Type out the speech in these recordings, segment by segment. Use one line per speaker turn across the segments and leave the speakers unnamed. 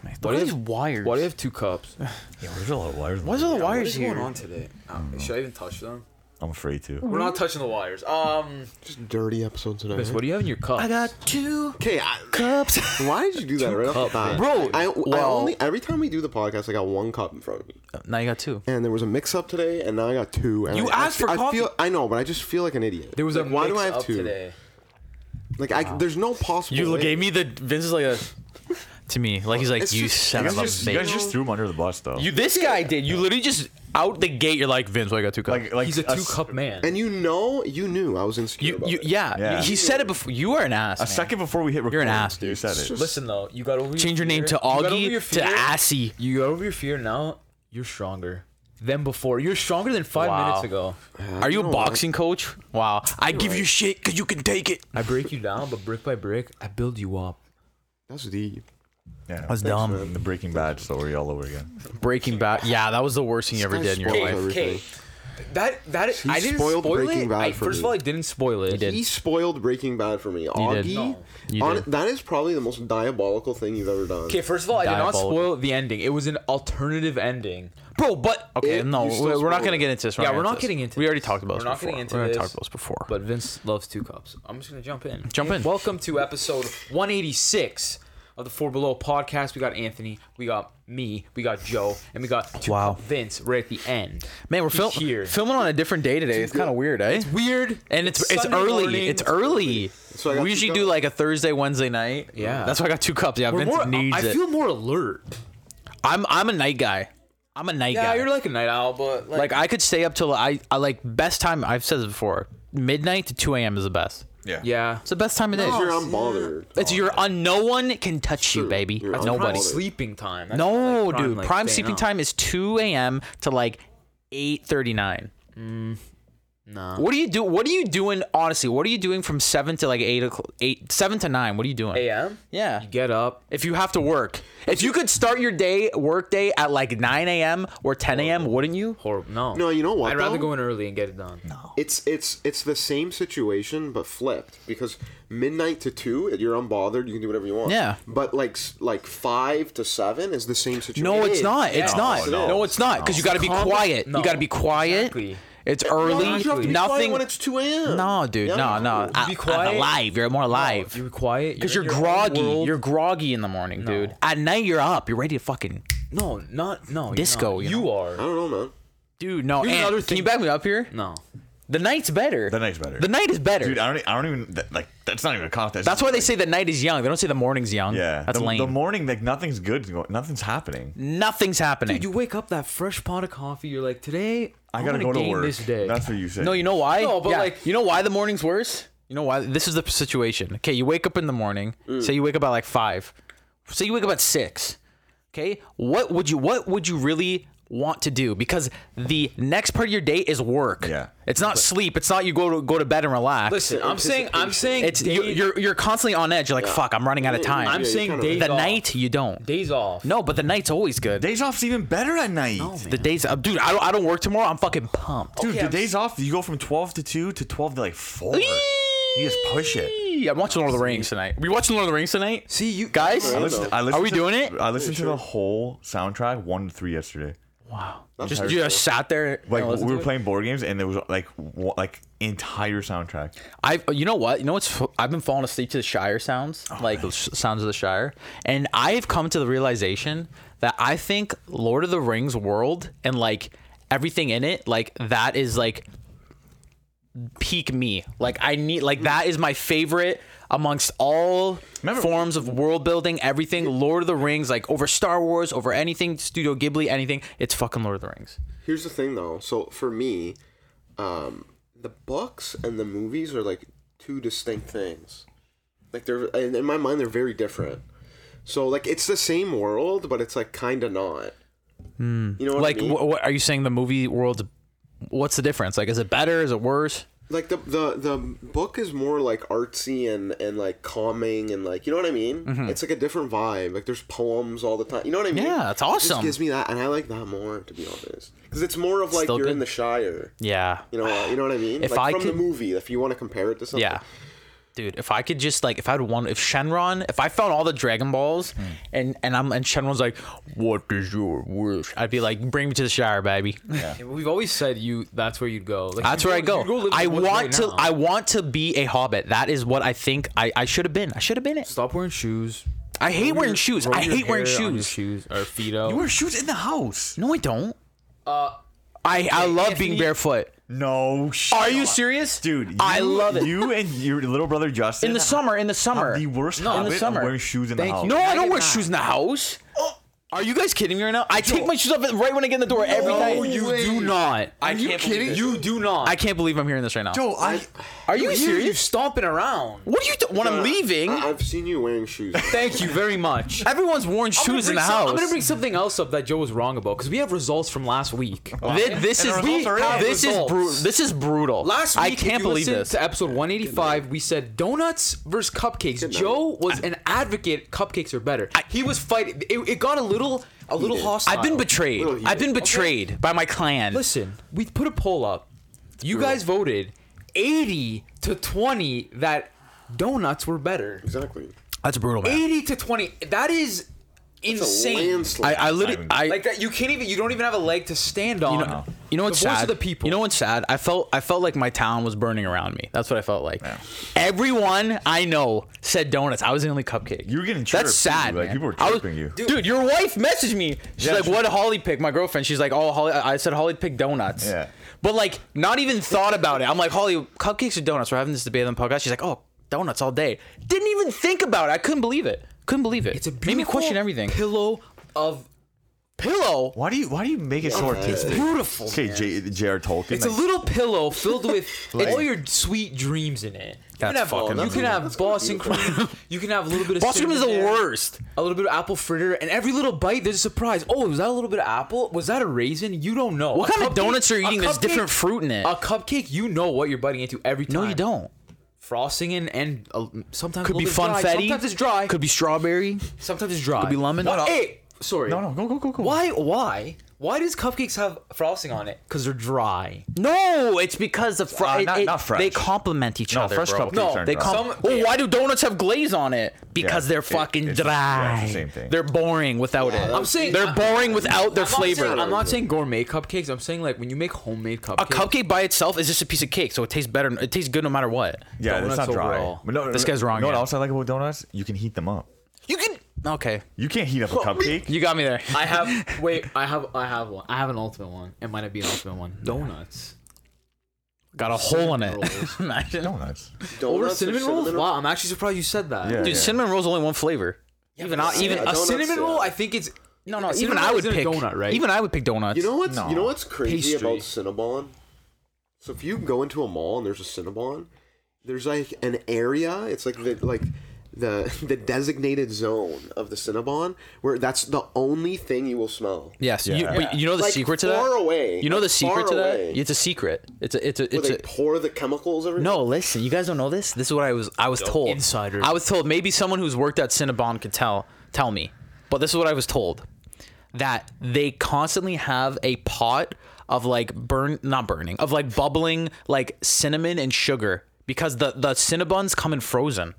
What
Look at these
if
wires?
What if two cups?
Yeah, where's all the wires?
Why is all the
What
wires
is going
here?
on today? Um, should I even touch them?
I'm afraid to.
We're not touching the wires. Um,
Just dirty episode tonight.
Miss, what do you have in your cup?
I got two
Okay, I,
cups.
why did you do that right off the
cup,
bat,
bro.
I, I
Well-
only every time we do the podcast, I got one cup in front of me,
now you got two.
and there was a mix-up today, and now I got two. And
You
I,
asked
I,
for
I
coffee.
feel I know, but I just feel like an idiot.
There was
like,
a
why do I have
mix-up
two?
today.
Like I, there's no possible.
You
way.
gave me the Vince is like a to me like he's like
It's
you
just-
son
it's
of a
just-
You guys
bitch.
just threw him under the bus, though.
You this guy did. You literally just out the gate. You're like Vince. Why I got two cups?
like, like
He's a
s-
two cup man.
And you know, you knew I was insecure
you,
about
you
it.
yeah.
Yeah.
He said it before. You are an ass.
A second before we hit record,
You're an ass,
You
dude.
said it.
Listen though, you got over.
Change your name
fear.
to
You got over your
Augie to
fear.
Assy.
You got over your fear now. You're stronger than before. You're stronger than five
Wow.
minutes ago.
Are you a boxing coach? Wow. I give you shit because you can take it.
I break you down, but brick by brick, I build you up.
That's deep.
Yeah.
That's dumb.
The Breaking Bad story all over again.
Breaking Bad. Yeah, that was the worst thing you ever
guy
did in your
spoiled
life.
everything.
That that I didn't
spoiled
spoil
Breaking
it.
Bad
I,
for
first
me.
of all, I didn't spoil it.
He spoiled Breaking Bad for me.
did.
Augie,
No.
You
hon-
did.
that is probably the most diabolical thing you've ever done.
Okay, first of all, I did not
Diabolical.
spoil the ending. It was an alternative ending.
Bro, but okay,
It-
no,
you still
we're, we're not
spoiled
gonna
it.
get into this.
Yeah,
gonna
we're not
this.
getting into
We already
this.
talked about
We're
this
not
before.
getting into
we already
this.
talked about this before.
But Vince loves two cups. I'm just gonna jump in.
Jump in.
Welcome to episode 186 of the Four Below podcast. We got Anthony, we got me, we got Joe, and we got two
Wow.
cup Vince right at the end.
Man, we're
He's
fil-
here.
filming on a different day today. It's kind of weird, eh?
Weird,
And it's it's,
Sunday
early.
morning.
It's early.
So I got
we
two
usually
cups.
do like a Thursday, Wednesday night.
Yeah.
that's why I got two cups. Yeah,
We're
Vince
more-
needs
I
it.
feel more alert.
I'm I'm a night guy. I'm a night
Yeah,
guy.
you're like a night owl, but
like
like,
I could stay up till I I like best time. I've said this before. Midnight to two a.m. is the best.
yeah.
It's the best time of day.
you're unbothered.
It's your on. No one can touch you,
True.
baby.
You're
That's
Nobody.
prime sleeping time. That's
No,
like prime,
dude.
like,
prime
staying
sleeping
up.
time is 2 a.m. to like 8:39.
Nah.
What do you do? What are you doing? Honestly, what are you doing from seven to like eight o'clock? Eight seven to nine. What are you doing?
a.m.
Yeah.
You get up.
If you have to work, if you could start your day work day at like 9 a.m. or 10 a.m., wouldn't you?
Horrible. No.
No, you know what,
I'd rather
though?
go in early and get it done. No.
It's it's it's the same situation but flipped because midnight to two, you're unbothered. You can do whatever you want.
Yeah.
But like s- like five to seven is the same situation.
No,
It
it's
is.
not. It's
Yeah.
not.
No,
Oh, No,
it
it's not. Because you got to be
Calm-
quiet.
No.
You got to be quiet.
Exactly.
It's
Why
early.
do you have to be quiet
Nothing.
when it's two a.m.
no, dude.
Yeah,
no, no.
cool.
I,
be
I'm
quiet.
alive. You're more alive.
You're quiet.
Because
you're
you're
in your own
groggy.
world.
You're groggy in the morning, dude. At night, you're up. You're ready to fucking.
No, not no. you're
Disco,
not.
you
You,
know.
I
are.
don't know, man.
Dude, no.
Here's
and
another
Can
thing.
you back me up here?
No.
The night's better.
The night's better.
The night is better.
Dude, I don't. e- I don't even. That, like, that's not even a contest.
That's why they say the night is young. They don't say the morning's young.
Yeah.
That's
the,
lame.
The morning, like, nothing's good. go- Nothing's happening.
Nothing's happening.
Dude, you wake up that fresh pot of coffee. You're like, today
I
I'm
gotta
gonna
go to
gain
work.
This day.
That's what you say.
No, you know why?
No, but, like-
you know why the morning's worse? You know why? This is the situation. Okay, you wake up in the morning.
Mm.
Say you wake up at like five. Say you wake up at six. Okay, what would you? What would you really want to do? Because the next part of your day is work.
Yeah.
it's not sleep. It's not you go to go to bed and relax.
Listen, I'm saying, I'm saying,
it's
day,
you, you're you're constantly on edge. You're like, fuck, I'm running out of time.
I'm
Yeah, you
saying
kinda
days
the
off.
night you don't.
days off.
No, but the night's always good.
days off's even better at night.
The days, uh, dude. I don't, I don't work tomorrow. I'm fucking pumped.
Dude,
Okay,
the
I'm
days off, you go from 12 to 2 to 12 to like 4. You just push it.
Yeah, I'm watching Lord of the Rings tonight. We watching Lord of the Rings tonight?
See you
Guys,
I listen-
I listened
Are we
to-
doing it?
I listened to the whole soundtrack 1 to 3 yesterday.
just you just sat there. and
Like,
listened
we
to
were
it?
playing board games and there was like one, like entire soundtrack.
I've you know what? You know what's I've been falling asleep to the Shire sounds, like the sh- sounds of the Shire, and I've come to the realization that I think Lord of the Rings world and like everything in it, like that is like peak me. Like I need like that is my favorite amongst all
Remember-
forms of world building, everything Lord of the Rings, like over Star Wars, over anything Studio Ghibli, anything. It's fucking Lord of the Rings.
Here's the thing, though. So for me, um, the books and the movies are like two distinct things. Like they're in in my mind, they're very different. So like it's the same world, but it's like kind of not. You know what
Hmm. like
I mean?
wh- what are you saying the movie world what's the difference like is it better is it worse
like the, the the book is more like artsy and and like calming and like you know what I mean. It's like a different vibe. Like there's poems all the time. You know what I mean?
Mm-hmm. Yeah, that's
It just
awesome.
gives me that, and I like that more to be honest, because it's more of like
Still
you're in
good.
the Shire.
yeah
You know, you know what I mean.
If
like
I
from
could-
the movie, if you want to compare it to something.
yeah Dude, if I could just like, if I had one, if Shenron, if I found all the Dragon Balls,
Hmm.
and and I'm and Shenron's like, "What is your wish?" I'd be like, "Bring me to the shower, baby."
Yeah, We've always said you. That's where you'd go. Like,
That's
you'd
where I
you'd
go.
live in
I
the woods
want
right
to.
now.
I want to be a hobbit. That is what I think I, I should have been. I should have been it.
stop wearing shoes.
I hate
Roll
wearing
your-
shoes.
roll
I
your
hate wearing
hair on your
shoes.
Shoes or feet out.
You wear shoes in the house.
No, I don't. Uh, I I love being
Anthony-
barefoot.
No. Shut
Are you
up.
serious,
dude?
I
you-
love it.
You and your little brother Justin
in the summer, in the summer.
have the worst
No, in the
habit of
summer.
wearing shoes in
Thank
the house.
you.
No, I
I
don't
did
wear
not. Oh.
shoes in the house. Are you guys kidding me right now? I take my shoes off right when I get in the door every night.
no, you do not.
I
Are you
can't believe
kidding?
it.
You do not.
I can't believe I'm hearing this right now.
Yo, I
Are you
You
serious?
stomping around.
What are you doing? When I'm leaving,
I, have seen you wearing shoes.
Thank you very much.
everyone's worn shoes in the house.
I'm gonna bring something else up that Joe was wrong about because we have results from last week.
Thi- this,
And
is
the results are in.
this is
Results.
bru- this is brutal.
Last week,
I can't
if you
believe
listened
this.
To episode 185, we said donuts versus cupcakes.
night.
Joe was an advocate. Cupcakes are better. he was fighting. It, it got a little, a little
Heated.
hostile.
I've been betrayed.
Little heated.
I've been betrayed by my clan.
Listen, we put a poll up. You guys voted 80 to 20 that donuts were better.
exactly.
That's brutal,
80 to 20. That is
It's a
insane.
I,
landslide.
I literally, I,
Like that, you can't even. You don't even have a leg to stand on.
you know, you know what's
the voice
sad?
Of the people.
You know what's sad? I felt, I felt like my town was burning around me. That's what I felt like. Everyone I know said donuts. I was the only cupcake.
You were getting chirped,
That's sad.
too. Like,
man.
people were
I was-
chirping you.
dude. Your wife messaged me. She's
Yeah,
like,
she-
"What Holly pick?" My girlfriend. She's like, "Oh, Holly." I said, "Holly pick donuts."
Yeah.
But like, not even thought about it. I'm like, "Holly, cupcakes or donuts?" We're having this debate on the podcast. She's like, "Oh, donuts all day." Didn't even think about it. I couldn't believe it. Couldn't believe it.
it's a beautiful
made me question everything.
Pillow of
pillow.
why do you why do you make it so artistic?
beautiful.
Okay, J, J.R. Tolkien.
It's a
like-
little pillow filled with all your sweet dreams in it. You can
That's
have, uh,
fucking
you can
amazing.
have Boston cream. You can have a little bit of
Boston is the
cinnamon there,
worst.
A little bit of apple fritter, and every little bite there's a surprise. Oh, was that a little bit of apple? Was that a raisin? You don't know.
What
A
kind of donuts are you
a
eating? There's
cupcake-
different fruit in it.
A cupcake, you know what you're biting into every time.
No, you don't.
Frosting and and uh, sometimes
Could
a
be
little bit
funfetti.
Dry. Sometimes it's dry.
Could be strawberry.
sometimes it's dry.
could be lemon.
Why-
What up?
hey, sorry.
no, no, go, go, go, go.
Why? Why? Why does cupcakes have frosting on it? Because they're dry.
No, it's because the fr-
Uh,
it-
not-
it-
not fresh.
They complement each
No,
other.
fresh
bro.
cupcakes No, aren't
they
dry.
com-
some-
Well, why do donuts have glaze on it? Because
Yeah,
they're
it-
fucking
it's- yeah,
dry.
it's the same thing.
They're boring without it.
I'm saying-
they're
I-
boring without their
I'm
flavor.
Not saying, I'm not saying gourmet cupcakes. I'm saying like when you make homemade cupcakes.
a cupcake by itself is just a piece of cake, so it tastes better. It tastes good no matter what.
Yeah, it's not
Donuts
dry.
overall.
But no,
This guy's wrong,
You know
yeah.
what else I like about donuts? You can heat them up.
You can. Okay,
You can't heat up a cupcake.
you got me there.
I have wait. I have I have one. I have an ultimate one. It might not be an ultimate one. Donuts.
got a hole in it.
rolls.
Imagine.
donuts.
Donuts
Over
or
cinnamon rolls? Wow, I'm actually surprised you said that.
Yeah.
Dude, cinnamon rolls only one flavor.
Even I, even
Yeah,
a
donuts,
cinnamon roll,
yeah.
I think it's
No, no.
a
Even
cinnamon
I
roll
would
isn't
pick
a donut, right?
Even I would pick donuts.
You know what's
No.
you know what's crazy
Pastry.
about Cinnabon? So if you go into a mall and there's a Cinnabon, there's like an area. It's like the like the the designated zone of the Cinnabon where that's the only thing you will smell.
Yes,
Yeah.
you, but you know the
Like,
secret to that.
far away.
You know the
Like,
secret
far
to that.
away.
It's a secret. It's a. It's a.
Where
It's
they
a.
pour the chemicals everywhere.
No, listen. You guys don't know this. This is what I was. I was told.
insider.
I was told. Maybe someone who's worked at Cinnabon could tell. Tell me. But this is what I was told. That they constantly have a pot of like burn, not burning, of like bubbling, like cinnamon and sugar because the the Cinnabons come in frozen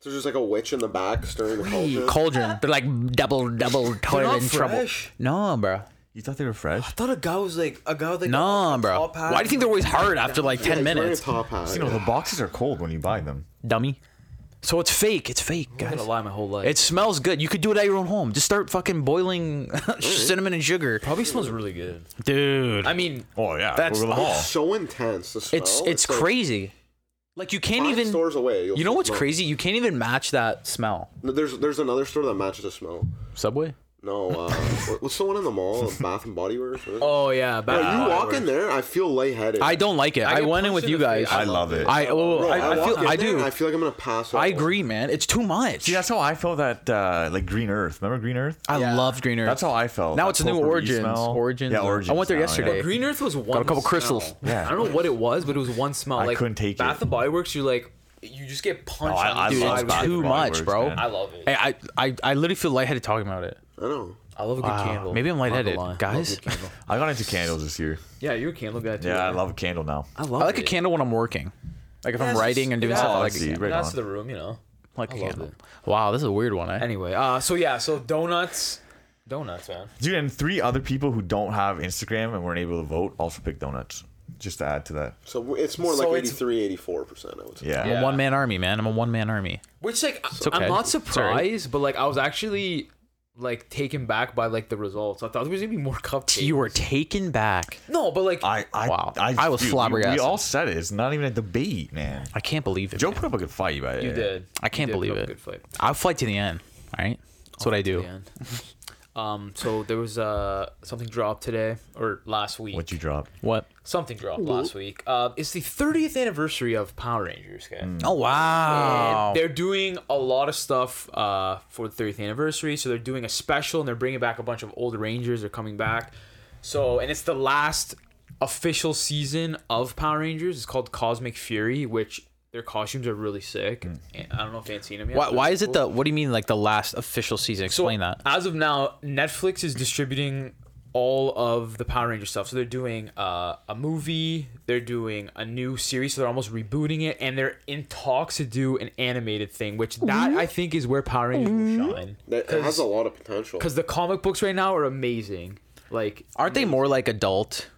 So there's like a witch in the back stirring the cauldron.
cauldron. They're like double double toil
not
and trouble.
fresh.
No, bro.
You thought they were fresh?
I thought a guy was like a guy with like
No, bro.
top hat.
Why do you think they're always hard after like ten
Like, wearing a
minutes?
top hat.
You know, the boxes are cold when you buy them.
dummy. So it's fake. It's fake,
I'm
guys.
gonna lie my whole life.
It smells good. You could do it at your own home. Just start fucking boiling cinnamon and sugar,
probably smells really good.
dude.
I mean,
Oh yeah,
That's-
over the mall.
so intense. The smell.
it's it's
like
crazy. Like you can't
five
even.
stores away. you'll
You know what's
smell-
crazy? You can't even match that smell.
There's there's another store that matches the smell.
Subway.
No, uh, what- what's the one in the mall? Bath and Body Works. or-
oh yeah,
Bro,
bad.
you walk in there, I feel lightheaded.
I don't like it. I,
get
went in
punched
with
in
you
the
guys.
face.
I love it.
I oh,
Bro,
I, I
walk
feel
in
I
there and
do.
I feel like I'm gonna pass out.
I agree, man. It's too much.
See, that's how I felt that uh, like Green Earth. Remember Green Earth?
I love Green Earth.
That's how I felt.
Now
That
it's new
clover-y
origins.
smell.
Origins.
Yeah,
I
origins.
went there
now,
yesterday.
Green Earth was one.
couple
smell.
crystals.
Yeah.
I don't know what it was, but it was one smell.
I
like,
couldn't take
Bath
it.
and Body Works. You're like, you just get punched.
Oh, I-
on the
I
side
love
with
It's
it.
Bath and
too
Body
much,
Works,
bro.
man.
I love it.
Hey, I, I I literally feel lightheaded talking about it.
I know.
I love a good candle.
Maybe I'm
Not gonna
lightheaded,
lie.
guys.
Love a good candle.
I got into candles this year.
yeah, you're a candle guy too.
Yeah, I love a candle now.
I
I
love.
like a
it.
candle when I'm working. Like if
Yeah,
I'm
it's-
writing and doing
yeah,
stuff,
it's-
I like
see,
it.
right
That's
on.
the room, you know.
Like
I love
again.
it.
Wow, this is a weird one. Eh?
Anyway, uh, so yeah, so donuts, donuts, man.
Dude, and three other people who don't have Instagram and weren't able to vote also picked donuts. Just to add to that.
So it's more like
So it's-
83, 84 percent. I would say.
Yeah.
I'm
Yeah.
a one man army, man. I'm a one man army.
Which like I-
okay.
I'm not
Sorry.
surprised, but like I was actually like taken back by like the results. I thought there was gonna be more cupcakes.
You were taken back.
no, but like
I, I,
Wow.
I,
I was
dude, we-
flabbergasted.
We all said it. It's not even a debate, man.
I can't believe it.
Joe
man.
put up a good fight, but
you did.
I can't
You did put
believe
up a
it.
Good fight.
I'll fight to the end. All right, that's what I do.
Yeah. um. So there was uh something dropped today or last week.
What you dropped?
What?
something dropped last week. Uh, it's the 30th anniversary of Power Rangers. Okay.
Oh wow!
They're doing a lot of stuff uh, for the 30th anniversary. So they're doing a special and they're bringing back a bunch of old Rangers. They're coming back. So, and it's the last official season of Power Rangers. It's called Cosmic Fury, which their costumes are really sick. And I don't know if they've seen them yet.
Mm. Why,
but
why
they're
is it
cool.
the? What do you mean, like the last official season?
So,
Explain that.
As of now, Netflix is distributing all of the Power Ranger stuff. So they're doing uh, a movie, they're doing a new series, so they're almost rebooting it, and they're in talks to do an animated thing, which that I think is where Power Rangers
Mm-hmm.
will shine.
That it has a lot of potential.
Because the comic books right now are amazing. Like
Aren't they more like adult?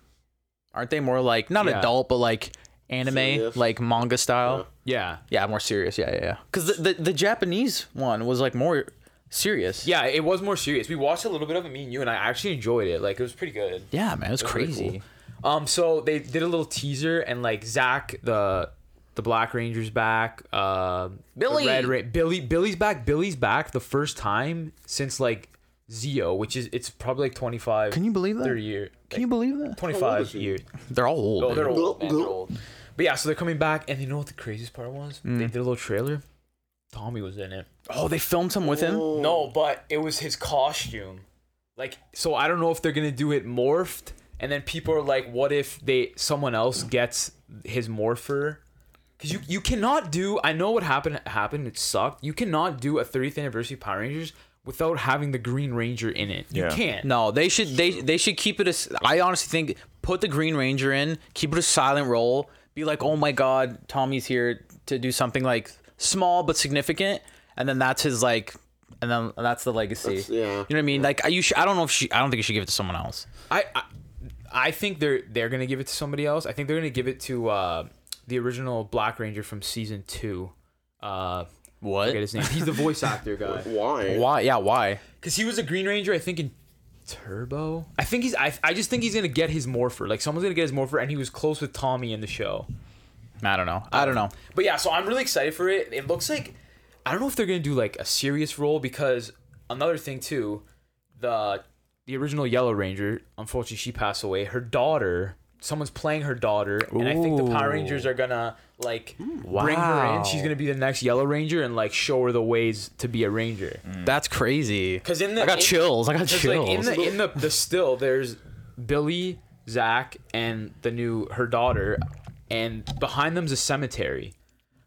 Aren't they more like not
Yeah.
adult, but like anime,
Serious.
like manga style?
yeah,
Yeah, more serious. Yeah, yeah, yeah. Because the, the the Japanese one was like more serious.
yeah, it was more serious. We watched a little bit of it, me and you, and I actually enjoyed it. Like it was pretty good.
Yeah, man, it's
pretty
crazy.
cool. Um, so they did a little teaser, and like Zach, the the Black Ranger's back. Uh,
Billy!
the Red Ra- Billy, Billy's back. Billy's back the first time since like Zio, which is it's probably like twenty five.
Can you believe that?
Thirty year.
Can you believe that?
Twenty
How old
five
is he?
years.
They're all old.
Oh, they're
dude.
old.
Nope,
Man, they're
nope.
old. But yeah, so they're coming back, and you know what the craziest part was?
Mm.
They did a little trailer. Tommy was in it.
Oh, they filmed him with him.
No, but it was his costume. Like, so I don't know if they're gonna do it morphed, and then people are like, "What if they someone else gets his morpher?" Because you you cannot do. I know what happened. Happened. It sucked. You cannot do a 30th anniversary Power Rangers without having the Green Ranger in it.
Yeah.
You can't.
No, they should they they should keep it as. I honestly think put the Green Ranger in, keep it a silent role. Be like, oh my God, Tommy's here to do something like small but significant, and then that's his like, and then that's the legacy.
That's- yeah.
You know what I mean? Like, I you should, I don't know if she. I don't think you should give it to someone else.
I, I I think they're they're gonna give it to somebody else. I think they're gonna give it to uh, the original Black Ranger from season two. Uh,
What?
forget his name. He's the voice actor guy.
Why?
Why? Yeah, why?
because he was a Green Ranger, I think in Turbo. I think he's. I, I just think he's gonna get his Morpher. Like someone's gonna get his Morpher, and he was close with Tommy in the show.
I don't know. I don't know.
But yeah, so I'm really excited for it. It looks like I don't know if they're gonna do like a serious role because another thing too, the the original Yellow Ranger, unfortunately, she passed away. Her daughter, someone's playing her daughter, and I think the Power
Ooh.
Rangers are gonna like bring her in. She's
wow.
gonna be the next Yellow Ranger and like show her the ways to be a Ranger.
That's crazy.
'Cause in the-
I got
in-
chills. I got
Just,
chills.
Like in the in the, the still, there's Billy, Zach, and the new her daughter, and behind them's a cemetery.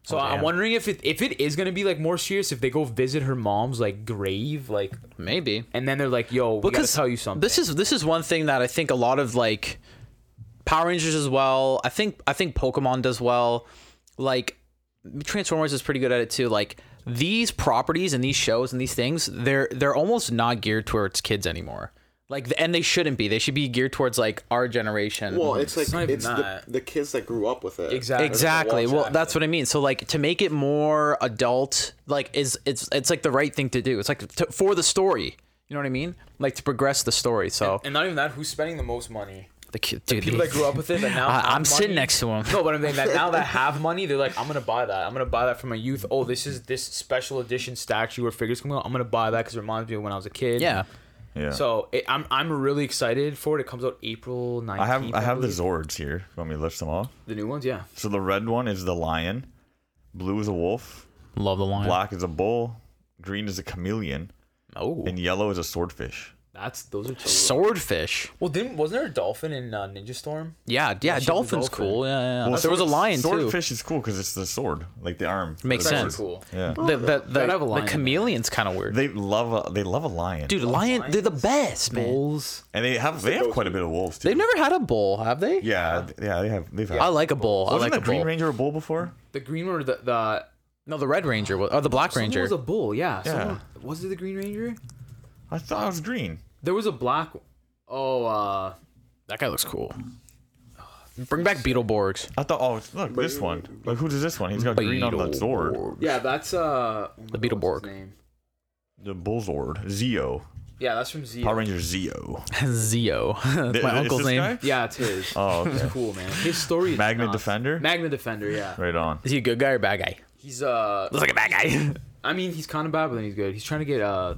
So I'm
Oh, damn.
wondering if it if it is gonna be like more serious if they go visit her mom's like grave, like,
Maybe.
and then they're like, "Yo, we gotta tell you something."
This is this is one thing that I think a lot of like Power Rangers as well. I think I think Pokemon does well. Like Transformers is pretty good at it too. Like these properties and these shows and these things, they're they're almost not geared towards kids anymore. Like and they shouldn't be. They should be geared towards like our generation.
Well, it's like
It's not even
it's the,
that.
the kids that grew up with it.
Exactly.
Exactly.
watch
Well,
that.
that's what I mean. So like to make it more adult, like is it's it's like the right thing to do. It's like to, for the story. You know what I mean? Like to progress the story. So
and not even that. Who's spending the most money?
the kid, dude,
People that grew up with it, and now
I,
have
I'm sitting
money.
next to him.
No, but I'm saying that now that have money, they're like, I'm gonna buy that. I'm gonna buy that from a youth. Oh, this is this special edition statue or figures coming out. I'm gonna buy that because it reminds me of when I was a kid.
Yeah.
Yeah.
So it, I'm I'm really excited for it. It comes out April 19th.
I have I have the
believe.
Zords here. You want me to lift them off?
the new ones. Yeah.
So the red one is the lion, blue is a wolf,
Love the line.
black is a bull, green is a chameleon,
Oh.
and yellow is a swordfish.
That's those are two.
Swordfish.
well, didn't wasn't there a dolphin in uh, Ninja Storm?
Yeah, yeah.
shit, the
Dolphin's
dolphin.
cool. Yeah, yeah. yeah. Uh, there was a lion too.
Swordfish is cool because it's the sword, like the arm.
Makes
The
That's
sense.
cool.
Yeah,
The, the, the,
have a lion in
the
there.
chameleon's kind of weird.
they love a, they love a lion,
Dude, lion, they're the best, man.
Bulls.
and they have they have quite a bit of wolves too.
They've never had a bull, have they?
yeah, th- yeah, they have. They've had.
I like a bull. I like
Wasn't the
a
Green
bull.
Ranger a bull before?
The green or the the
No, the Red Ranger was, or the Black
someone
Ranger.
was a bull. Yeah.
Yeah.
someone- was it the Green Ranger?
I thought it was green.
There was a black. one. Oh, uh,
that guy looks cool. Bring back Beetleborgs.
I thought, oh, look, this one. Like, who's this one? He's got green on the sword.
Beetleborgs.
yeah. That's uh.
The Beetleborg.
name.
The Bullzord. Zeo.
Yeah, that's from Z.
Power Ranger Zeo.
Zeo. That's
Th-
my
is
uncle's
this
name.
guy?
Yeah, it's his.
Oh, okay.
It's cool, man. His story is
Magna
nuts.
Defender?
Magna Defender, yeah.
Right on.
Is he a good guy or bad guy?
He's uh
Looks like a bad guy.
I mean he's kinda bad, but then he's good. He's trying to get uh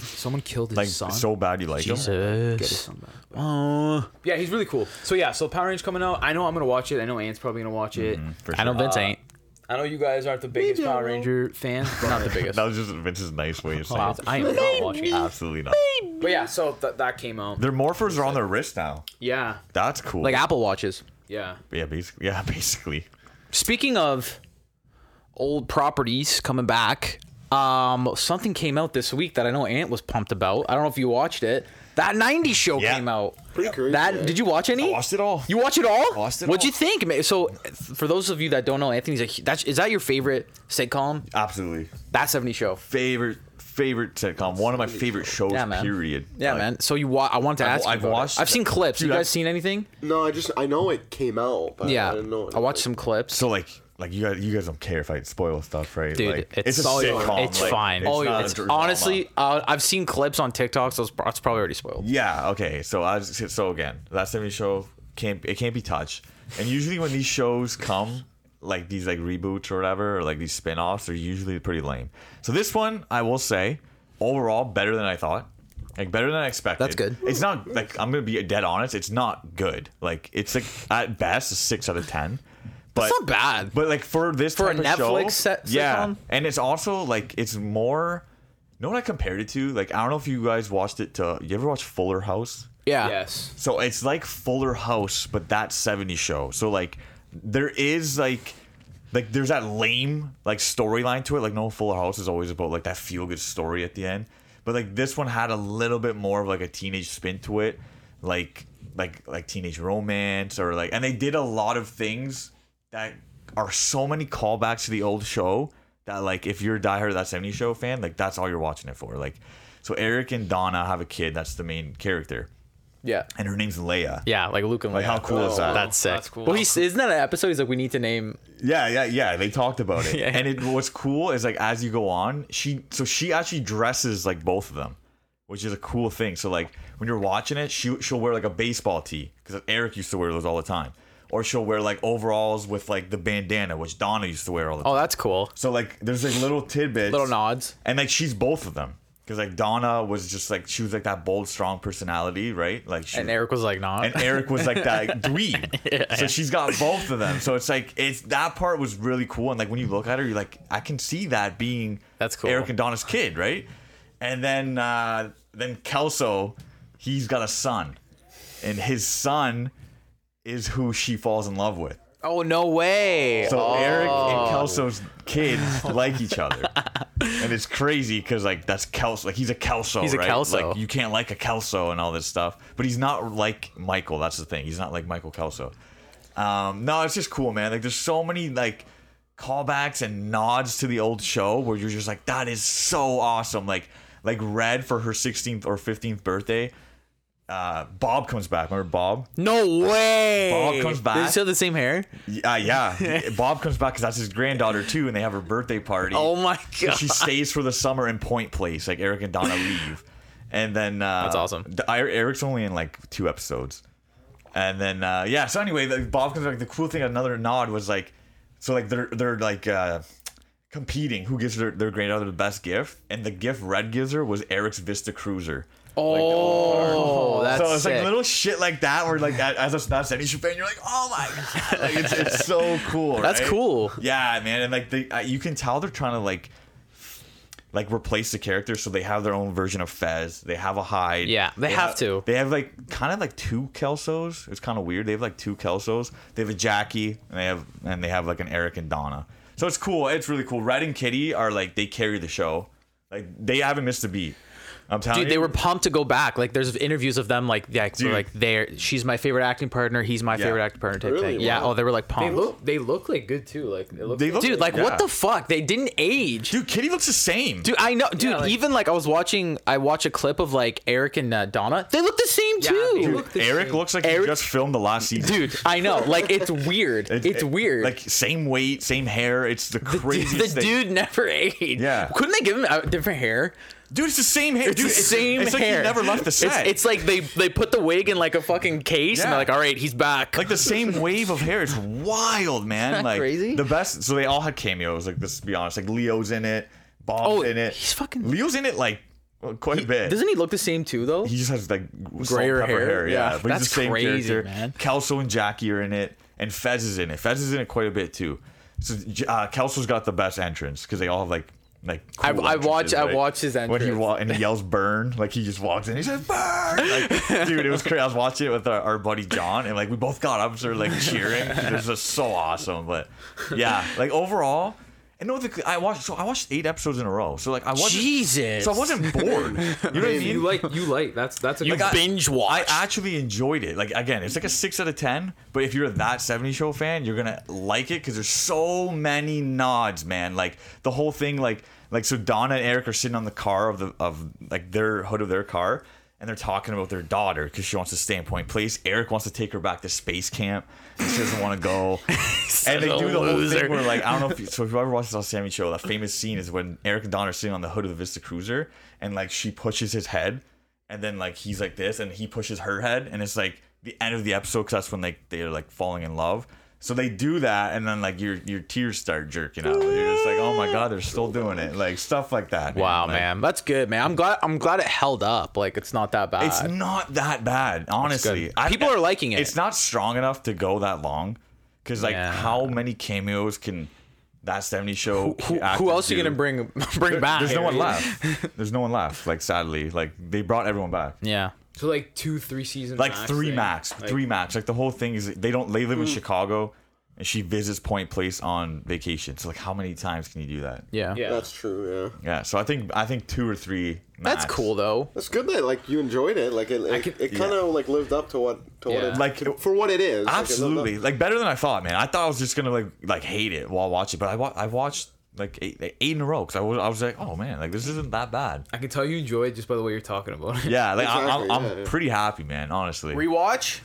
someone killed his
Like,
son.
so Uh. bad you like him.
Get his
Jesus.
son back.
Oh.
Yeah, he's really cool. So yeah, so Power Rangers coming out. I know I'm gonna watch it. I know Ant's probably gonna watch it.
For
I know
sure.
Vince ain't.
I know you guys aren't the biggest
Maybe I
Power
will.
Ranger fans, but not the biggest.
That was just Vince's nice way of saying
Wow.
it.
I am not watching it.
Absolutely not.
But yeah, so th- that came out.
Their morphers are on their wrist now.
Yeah,
That's cool.
Like Apple Watches.
yeah.
yeah, basically. Yeah, basically.
Speaking of old properties coming back, um, something came out this week that I know Ant was pumped about. I don't know if you watched it. That '90s show
Yeah.
came out.
Pretty crazy.
That
eh?
did you watch any?
I watched it all.
You watch it all?
watched it
What'd
all.
you think? Ma- So, for those of you that don't know, Anthony's a hu- that's is that your favorite sitcom?
Absolutely.
That '70s show.
Favorite, favorite sitcom. One of my favorite shows,
Yeah, man.
period.
Yeah,
Like,
man. So you, wa- I wanted to
I've-
ask. you
I've
about it.
watched
I've seen
that-
clips.
Dude,
you guys
I've-
seen anything?
No, I just I know it came out. But
Yeah,
I didn't know. It.
I watched some clips.
So like like you guys you guys don't care if I spoil stuff, right?
Dude,
like,
it's,
a
solid.
sitcom.
It's
like,
fine. oh,
not
yeah.
a
It's,
drama.
honestly, uh, I've seen clips on TikTok, so it's, pro- it's probably already spoiled.
Yeah. Okay. So I was, so again, last time you show can't it can't be touched. And usually when these shows come, like these like reboots or whatever, or like these spin-offs, they're usually pretty lame. So this one, I will say, overall better than I thought. Like better than I expected.
That's good.
It's not like I'm gonna be dead honest. It's not good. Like it's like at best a six out of ten. But
It's not bad.
But like for this
For a
type of show-
Netflix set-
yeah,
sitcom?
and it's also like it's more. You know what I compared it to? Like I don't know if you guys watched it to. You ever watch Fuller House?
yeah.
Yes.
So it's like Fuller House, but that '70s show. So like there is like. Like there's that lame like storyline to it. Like no Fuller House is always about like that feel good story at the end. But like this one had a little bit more of like a teenage spin to it. Like like like teenage romance or like and they did a lot of things that are so many callbacks to the old show that like if you're a diehard that 70 show fan, like that's all you're watching it for. Like so Eric and Donna have a kid that's the main character
Yeah.
and her name's Leia.
Yeah, like Luke and Leia.
Like, how cool is that?
Oh, That's sick.
That's cool.
Well, he's, isn't that an episode? He's like, we need to name.
Yeah, yeah, yeah. They talked about it,
Yeah.
and it what's cool is like as you go on, she so she actually dresses like both of them, which is a cool thing. So like when you're watching it, she she'll wear like a baseball tee because Eric used to wear those all the time, or she'll wear like overalls with like the bandana, which Donna used to wear all the time.
Oh, that's cool.
So like there's like little tidbits,
Little nods.
and like she's both of them because like Donna was just like she was like that bold, strong personality, right? Like she
And Eric was like, nah.
and Eric was like that dweeb. so she's got both of them. So it's like it's that part was really cool. And like when you look at her, you're like, I can see that being
That's cool.
Eric and Donna's kid, right? And then uh then Kelso, he's got a son. And his son is who she falls in love with.
oh, no way.
So Eric and Kelso's kids like each other, and it's crazy because like that's Kelso, like he's a Kelso,
He's a
right?
Kelso.
Like you can't like a Kelso and all this stuff, but he's not like Michael. That's the thing. He's not like Michael Kelso. Um, no, it's just cool, man. Like there's so many like callbacks and nods to the old show where you're just like, that is so awesome. Like like Red for her 16th or 15th birthday. Uh, Bob comes back. Remember Bob?
no way.
Bob comes back.
Does he still have the same hair?
Uh, yeah. Bob comes back because that's his granddaughter too, and they have her birthday party.
Oh, my
So
God.
she stays for the summer in Point Place. Like Eric and Donna leave, and then uh,
That's awesome.
the- I- Eric's only in like two episodes, and then uh, yeah. So anyway, like, Bob comes back. The cool thing, another nod was like, so like they're they're like uh, competing who gives their, their granddaughter the best gift, and the gift Red gives her was Eric's Vista Cruiser.
Oh, that's
so it's
sick.
like little shit like that where like as a Snap City fan, you're like, oh my god, like, it's, it's so cool.
That's
right?
cool.
Yeah, man, and like they, uh, you can tell they're trying to like like replace the character, so they have their own version of Fez. They have a Hyde.
Yeah, they have to.
They have like kind of like two Kelsos. It's kind of weird. They have like two Kelsos. They have a Jackie, and they have and they have like an Eric and Donna. So it's cool. It's really cool. Red and Kitty are like they carry the show. Like they haven't missed a beat. I'm telling
Dude,
you,
they were pumped to go back. Like, there's interviews of them, like, yeah, so,
Dude.
like they're she's my favorite acting partner, he's my favorite acting partner type
Really?
thing. Yeah.
Wow.
Oh, they were like
They
pumped.
look they look like good too. Like they look.
They look-
Dude, like,
Yeah.
what the fuck? They didn't age.
Dude, Kitty looks the same.
Dude, I know, dude.
like-
even like I was watching, I watch a clip of like Eric and uh, Donna. They look the same
Yeah,
too.
they
Dude,
look the
Eric
same.
looks like he
Eric-
just filmed the last season.
I know. Like it's weird.
It-
it's
it-
weird.
Like same weight, same hair. It's the
Dude,
craziest
the
thing.
dude never aged.
Yeah.
Couldn't they give him a different hair?
Dude, it's the same hair.
It's
dude,
the same
it's,
hair.
It's like he never left the
It's-
set.
It's, like they they put the wig in like a fucking case and
Yeah.
they're like, all right, he's back.
like the same wave of hair. It's wild, man.
that
like
crazy?
The best. So they all had cameos. Like this, to be honest. Like Leo's in it. Bob's
Oh,
in it.
he's fucking-
Leo's in it like well, quite a bit.
Doesn't he look the same too though?
He just has like salt and
Grayer
pepper
hair?
yeah.
Yeah.
But
That's
he's the same
crazy,
character.
man.
Kelso and Jackie are in it, and Fez is in it. Fez is in it quite a bit too. So J- uh, Kelso's got the best entrance because they all have like like.
I-
cool
I
entrances,
watch- I
right?
watch his
when he
entrance.
wa- and he yells "burn" like he just walks in. He says "burn," like dude, it was crazy. I was watching it with our, our buddy John, and like we both got up and started like cheering. it was just so awesome. But yeah, like overall. And no, the, I watched. So I watched eight episodes in a row. So like I wasn't.
Jesus.
So I wasn't bored. You know what I mean?
You like you like that's that's a
you
good
got-
binge
I
watch.
actually enjoyed it. Like again, it's like a six out of ten. But if you're that '70s show fan, you're gonna like it because there's so many nods, man. Like the whole thing, like like so Donna and Eric are sitting on the car of the of like their hood of their car, and they're talking about their daughter because she wants to stay in Point Place. Eric wants to take her back to space camp. She doesn't want to go. and they
a
do the whole
loser.
thing where like I don't know if you, so if you ever watched this on Sammy show, that famous scene is when Eric and Donna are sitting on the hood of the Vista Cruiser and like she pushes his head and then like he's like this and he pushes her head and it's like the end of the episode because that's when like they're like falling in love. So they do that and then like your your tears start jerking out. You're just like, oh my god, they're still doing it. Like stuff like that.
wow,
Like,
man, that's good, man. I'm glad. I'm glad it held up. Like it's not that bad.
It's not that bad, honestly.
good. People are liking it.
It's not strong enough to go that long, because like,
Yeah.
how many cameos can that '70s show?
who,
actor
who else are you
do?
gonna bring bring back?
There's no one left. There's no one left. Like, sadly, like they brought everyone back.
Yeah.
so like two three seasons
Like
max
three
thing.
max,
Like,
three max. Like the whole thing is they don't. They live in Chicago, and she visits Point Place on vacation. So like, how many times can you do that?
Yeah.
yeah
That's true. Yeah.
Yeah. So I think I think two or three.
That's
max.
cool though.
That's good that like you enjoyed it. Like it, it,
could-
it kind of like lived up to what to what
Yeah.
it,
Like
for what it is. Like, it lived up-
Absolutely, like better than I thought, man. I thought I was just gonna like like hate it while I watch it, but I wa- I watched like eight, like, eight in a row because I was I was like, oh man, like this isn't that bad.
I can tell you enjoy it just by the way you're talking about it.
Yeah, like
Exactly,
I, I'm,
yeah,
I'm
yeah.
pretty happy, man. Honestly,
Rewatch.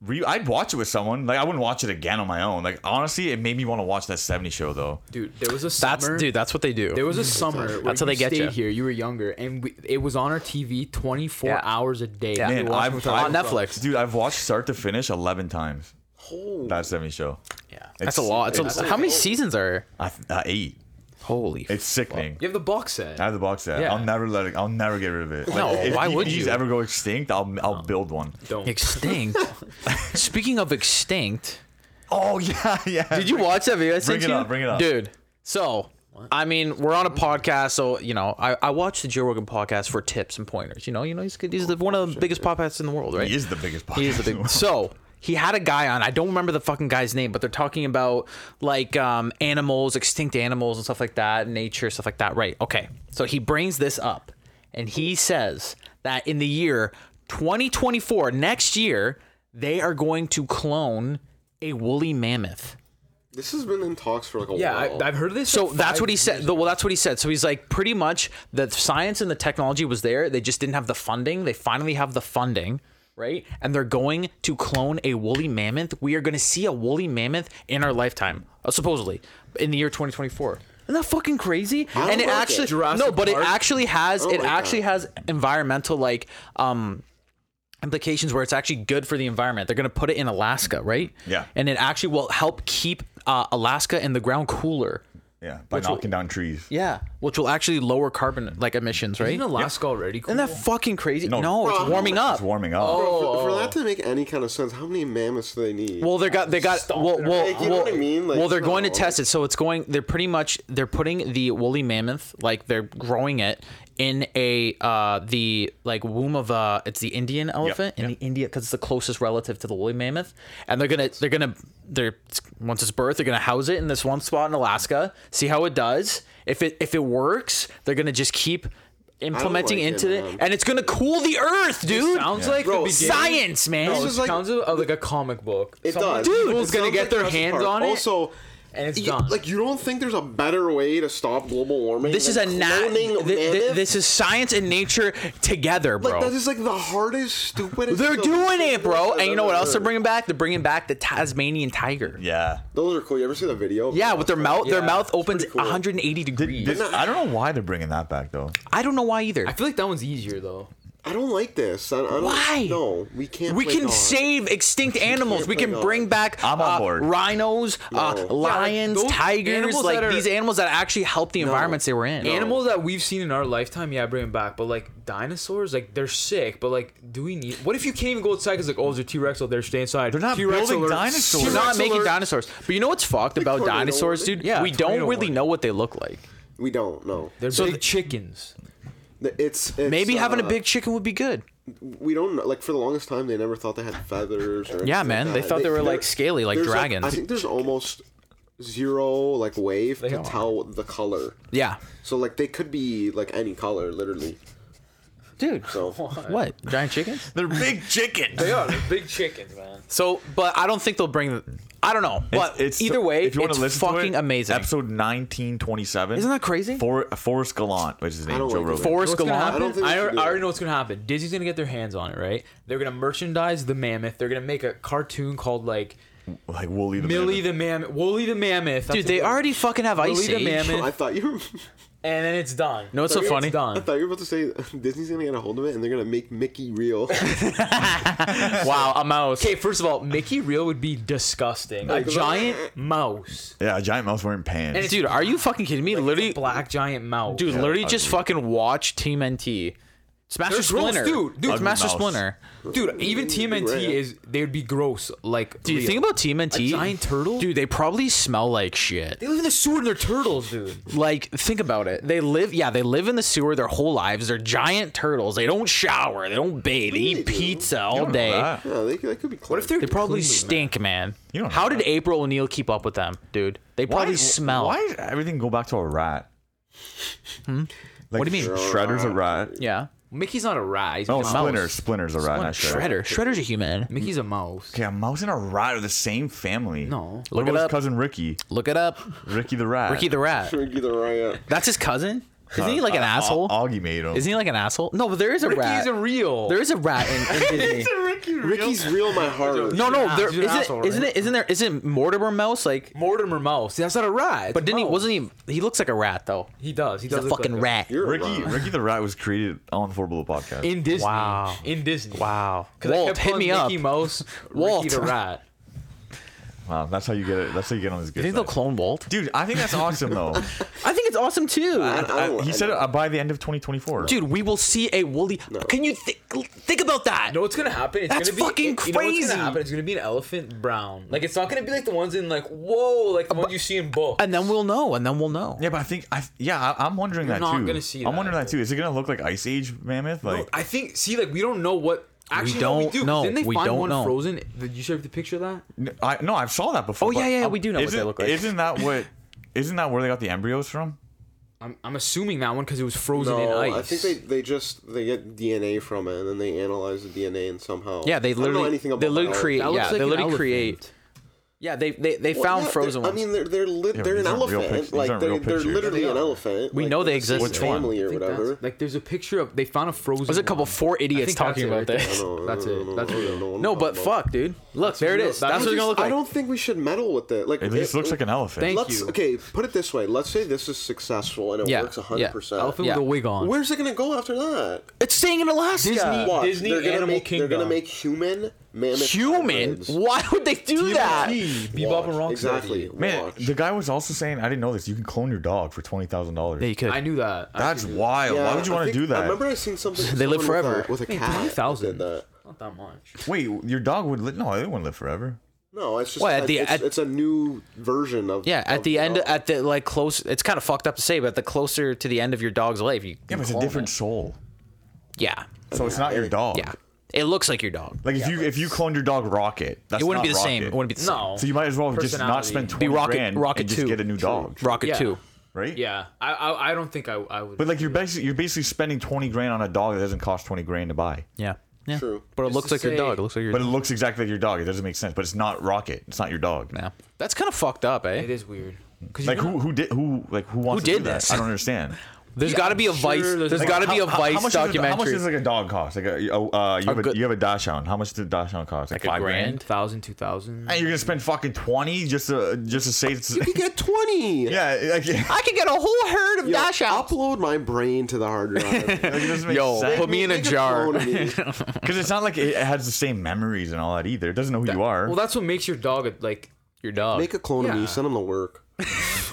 Re- I'd watch it with someone. Like I wouldn't watch it again on my own. Like honestly, it made me want to watch that '70s show though.
Dude, there was a summer.
That's dude. That's what they do.
There was a summer where
That's how
you
they get
stayed
ya.
here. You were younger, and we, it was on our TV 24
Yeah.
hours a day.
Yeah.
We
Man,
watched
I've-
it with our
on
iPhones.
Netflix.
Dude, I've watched start to finish 11 times
Holy-
that '70s show.
yeah.
It's-
That's a lot. It's a,
it's-
how many seasons are?
I, uh, eight.
Holy.
It's sickening.
You have the box set.
I have the box set.
Yeah.
I'll never let it. I'll never get rid of it. Like,
No,
if
why would
DVDs
you?
ever go extinct? I'll I'll build one.
Don't.
extinct. Speaking of extinct,
Oh yeah, yeah.
did you watch that video? I
Bring
sent
it
you?
up, bring it up.
dude. So. I mean, we're on a podcast, so you know, I, I watch the Joe Rogan podcast for tips and pointers. You know, you know, he's he's the, one of the biggest podcasts in the world, right?
He is the biggest podcast.
He is the
in the
big.
world.
So he had a guy on. I don't remember the fucking guy's name, but they're talking about like um, animals, extinct animals, and stuff like that, nature, stuff like that. Right? Okay. So he brings this up, and he says that in the year 2024, next year, they are going to clone a woolly mammoth.
This has been in talks for like a
Yeah,
while.
I, I've heard of this.
So
like,
that's
five
what he
years
said.
ago.
Well, that's what he said. So he's like, pretty much the science and the technology was there. They just didn't have the funding. They finally have the funding, right? And they're going to clone a woolly mammoth. We are going to see a woolly mammoth in our lifetime, uh, supposedly, in the year 2024. Isn't that fucking crazy? And it
like it.
actually
Jurassic
no, but
Park?
it actually has it
like that.
actually has environmental like um implications where it's actually good for the environment. They're going to put it in Alaska, right?
Yeah.
And it actually will help keep uh, Alaska and the ground cooler.
Yeah, by
Which will-
knocking down trees.
Yeah, which will actually lower carbon like emissions, right?
Isn't Alaska already cool?
Isn't that fucking crazy?
No.
No, it's warming up.
It's warming up.
Oh.
Bro, for, for that
Oh.
to make any kind of sense, how many mammoths do they need?
Well, they got they got
Stop
well,
it.
well,
Like, you know
well,
what I mean? Like,
well, they're going to
no.
test it, so it's going. They're pretty much they're putting the woolly mammoth, like they're growing it in a uh the like womb of uh it's the Indian elephant in the India because it's the closest relative to the woolly mammoth, and they're gonna they're gonna they're once it's birth they're gonna house it in this one spot in Alaska, see how it does. If it if it works, they're gonna just keep implementing
like it,
into it,
man.
and it's gonna cool the earth, dude.
sounds like
Bro,
the beginning-
Science, man.
No,
This
it
is like-
sounds of- of like a comic book.
it
Someone-
does.
People's
It
gonna
sounds
get
like
their
Jurassic
hands
Park.
on it.
Also,
and it's
you-
done.
like you don't think there's a better way to stop global warming?
This is a
than
not.
cloning mammoth?
this is science and nature together, bro.
like that is like the hardest, stupidest.
they're
the
doing
stupidest
it, bro.
I've
And you know what
ever
else they're
heard.
bringing back? They're bringing back the Tasmanian tiger. Yeah,
yeah.
Those are cool. You ever see the video?
with their mouth. Their
Yeah,
mouth
it's
opens
pretty cool.
180 degrees.
This- I don't know why they're bringing that back though.
I don't know why either.
I feel like that one's easier though.
I don't like this. I, I don't,
Why?
No, we can't.
we
play
can
God.
save extinct animals. We
play
can
God.
bring back
I'm on
uh,
board.
rhinos, uh,
No.
lions,
Yeah, those
tigers,
animals
like
that are-
these animals that actually help the environments they were in.
Animals that we've seen in our lifetime, yeah, bring them back. But like dinosaurs, like they're sick. But like, do we need? What if you can't even go outside because like, oh, there's a T Rex out there. Stay inside. They're
not building dinosaurs.
We're not
T-Rex
making
alert.
dinosaurs. But you know what's fucked about
tornado
dinosaurs,
warning.
dude?
Yeah,
we don't
tornado
really
warning.
know what they look like.
We don't. No.
They're
So
big
the-
chickens.
Th- It's, it's,
Maybe having a
uh,
big chicken would be good.
We don't know. like for the longest time they never thought they had feathers. Or
Yeah,
anything
man,
like
they
that.
thought they were,
there-
like, scaly, like
there's, I
dragons.
think there's almost zero like wave to tell the color.
Yeah.
So like they could be like any color, literally.
Dude,
So
what? Giant chickens?
They're big chickens.
They are they're big chickens, man.
So, but I don't think they'll bring the. I don't know. But either way,
wanna
it's
to
fucking
it,
amazing.
Episode nineteen twenty seven.
Isn't that crazy?
For Forrest Gallant, which is his name,
don't
Joe
like
Rogan.
this.
Forrest
What's gonna
Gallant.
I don't
happen?
think we
I,
should do
I
it.
already know what's gonna happen. Disney's gonna get their hands on it, right? They're gonna merchandise the mammoth. They're gonna make a cartoon called like
like Wooly the
Millie
Mammoth.
the Mammoth, Wooly the Mammoth. That's
Dude,
what
they
they're-
already fucking have
Wooly
Ice
the
Age.
Mammoth,
I thought you were.
and then it's done.
You know what's so
It's
funny?
I
done.
thought you were about to say Disney's gonna get a hold of it and they're gonna make Mickey real.
Wow, a mouse.
Okay, first of all, Mickey Real would be disgusting. A giant mouse.
yeah, a giant mouse wearing pants.
Dude, are you fucking kidding me? literally,
Black giant mouse.
dude, literally just
ugly.
fucking watch Team NT. It's Master
They're gross,
Splinter.
dude. Dude,
It's Master
mouse.
Splinter.
dude, even TMNT is they would be gross. Like,
Do you
real.
think about Team NT?
A giant turtle?
Dude, they probably smell like shit.
They live in the sewer and they're turtles, dude.
Like, think about it. They live, yeah, they live in the sewer their whole lives. They're giant turtles. They don't shower. They don't bathe. They eat
they do.
pizza
You
all
don't know
day.
that.
yeah, they, they could be. What
if they're-
They probably
Cleanly, man.
stink, man.
You don't know
How did
that.
April O'Neil keep up with them, dude? They probably
why,
smell. Hmm?
Why does everything go back to a rat? Like,
What do you mean?
Shredder's a rat.
Yeah.
Mickey's not a rat.
Oh,
He's
No,
just a
Splinter.
mouse.
Splinter's a rat. Not Shredder.
Shredder. Shredder's a human.
Mickey's a mouse.
Okay, a mouse and a rat are the same family.
No.
Look
it
at his
up.
cousin Ricky.
Look it up.
Ricky the rat.
Ricky the Rat.
Mickey the Riot.
That's his cousin? Isn't he like an
Uh,
asshole?
Au- Augie made him.
Isn't he like an asshole? No, but there is a rat.
Mickey's a real.
There is a rat in, in Disney.
Ricky's real, my heart.
No, no,
an
there
ass- he's an
isn't.
asshole,
isn't
right?
it? Isn't there? Isn't Mortimer Mouse like?
Mortimer mouse. That's not a rat.
But didn't he? Wasn't he? He looks like a rat though.
he? He does. He
He's
does.
a
look
fucking
like
rat.
You're
Ricky,
wrong.
Ricky the rat was created on Four Bullet Podcast.
In Disney.
Wow.
In Disney.
wow.
'Cause I
Walt,
kept
hit
calling
me
Mickey
up.
Mouse.
Walt.
Ricky the rat.
wow, that's how you get it. That's how you get on this
You
good.
think they'll
side.
clone Walt?
Dude, I think that's awesome though.
I think it's awesome too.
I, I
I-
don't-
he
I
said
don't-
uh, by the end of 2024.
Dude, we will see a woolly. Can you thi- think about that?
You know what's gonna happen? It's
That's
gonna be
fucking
you know what's
crazy.
gonna happen? It's gonna be an elephant brown. Like it's not gonna be like the ones in like whoa, like the ones you see in books.
And then we'll know. And then we'll know.
Yeah, but I think I yeah I, I'm wondering that
not
too.
gonna see
I'm
that.
wondering that too. Is it gonna look like Ice Age mammoth? Like
I think see like we don't know what. Actually, no,
don't
do, 'cause
know.
Didn't they
We
find
don't
one
know.
frozen? Did you show the picture of that?
n- I, no, I've saw that before.
Oh, yeah,
but
yeah,
I'm-
we do know what they
isn't-
look like.
Isn't that what? Isn't that where they got the embryos from?
I'm, I'm assuming that one because it was frozen in
No,
ice.
I think they, they just they get DNA from it and then they analyze the DNA and somehow.
Yeah, they
I don't know
literally.
anything about
they literally
biology.
create.
That looks
Yeah,
like
they
an
literally
elephant.
create. Yeah, they they, they
Well,
found
yeah,
frozen
they're-
ones.
I mean, they're they're, li-
but
they're an
these aren't real
elephant.
pictures. These
Like
aren't real
they're, they're
pictures.
literally
They
an
are.
elephant.
We
like,
know
they're
they
the same
exist. Which
one?
Family or
I think that's-
whatever.
Like there's a picture of they found a frozen.
There's a couple
one.
four idiots
think that's
talking
it
about
right there.
this.
No,
That's
no,
it.
Oh,
no, no,
That's
no,
real.
no,
No,
no,
but
no.
fuck, dude. Look, there it
real.
is. That's,
That's
what it's gonna
just-
look
I
like.
don't think we should meddle with it. Like
It just
it-
looks like an elephant.
Thank
Let's
you.
okay. Put it this way. Let's say this is successful and it
Yeah,
works
yeah.
100. percent
Elephant
Yeah.
with a wig on.
Where's it gonna go after that?
It's staying in Alaska.
Disney- Disney
they're gonna
Animal
make, They're
Kingdom.
gonna make human mammoth.
Human?
hybrids.
Why would they do that?
TMNT. Bebop and Rocksteady.
Exactly.
Man,
Watch.
the guy was also saying, I didn't know this. You can clone your dog for twenty thousand dollars.
Yeah, you could.
I knew that. I
That's
knew that.
wild.
Yeah,
Why would you
I
want to
think-
do that?
I remember I seen something.
They live
someone
forever.
with a, with a
Man,
cat. that
20,000.
did that.
Not that much.
Wait, your dog would live? No, it wouldn't live forever.
No, it's just
Well, at
I-
the-
it's,
at-
it's a new version of
yeah, at
of
the end,
dog.
at the like close, it's kind of fucked up to say, but the closer to the end of your dog's life, you
Yeah,
you
but it's a
clone
different
it.
soul,
Yeah,
so it's not your dog.
yeah, it looks like your dog.
Like if you if you cloned your dog Rocket, that's
it wouldn't
not
be the same. It
Rocket.
wouldn't be the same.
No.
So you might as well just not
Personality.
spend twenty
be Rocket,
grand
Rocket
and
Two.
just get a new dog,
Rocket
Yeah.
Two.
right?
Yeah, I, I I don't think I I would.
But like you're basically you're basically spending twenty grand on a dog that doesn't cost twenty grand to buy.
Yeah. Yeah.
True.
But it
Just
looks
to
like your
say-
dog. It looks like your.
But it
dog.
looks exactly like your dog. It doesn't make sense. But it's not Rocket. It's not your dog.
yeah. That's kind of fucked up, eh?
it is weird. Cause
Like
you know-
who who did who like who wants
Who
to
did
do that?
this?
I don't understand.
There's
Yeah,
got to
I'm
be a
sure
vice.
there's-
there's
Like,
got to be a
How- how- how
vice
much does a-
documentary.
How much does like a dog cost? Like a oh, uh, you have a,
good-
you have a dachshund. How much did a dachshund cost? Like,
a
five grand?
grand?
thousand, two thousand.
And you're gonna spend fucking twenty just to just to say it's
You get twenty.
yeah. Like, like
I could get a whole herd of
Yo,
dash out.
upload my brain to the hard drive.
it doesn't make
Yo,
sense.
put me in a
Make
jar.
clone of me.
Because it's not like it has the same memories and all that either. It doesn't know who you are.
Well, that's what makes your dog a- like.
Your dog.
Make a clone of
Yeah.
me. Send him to work.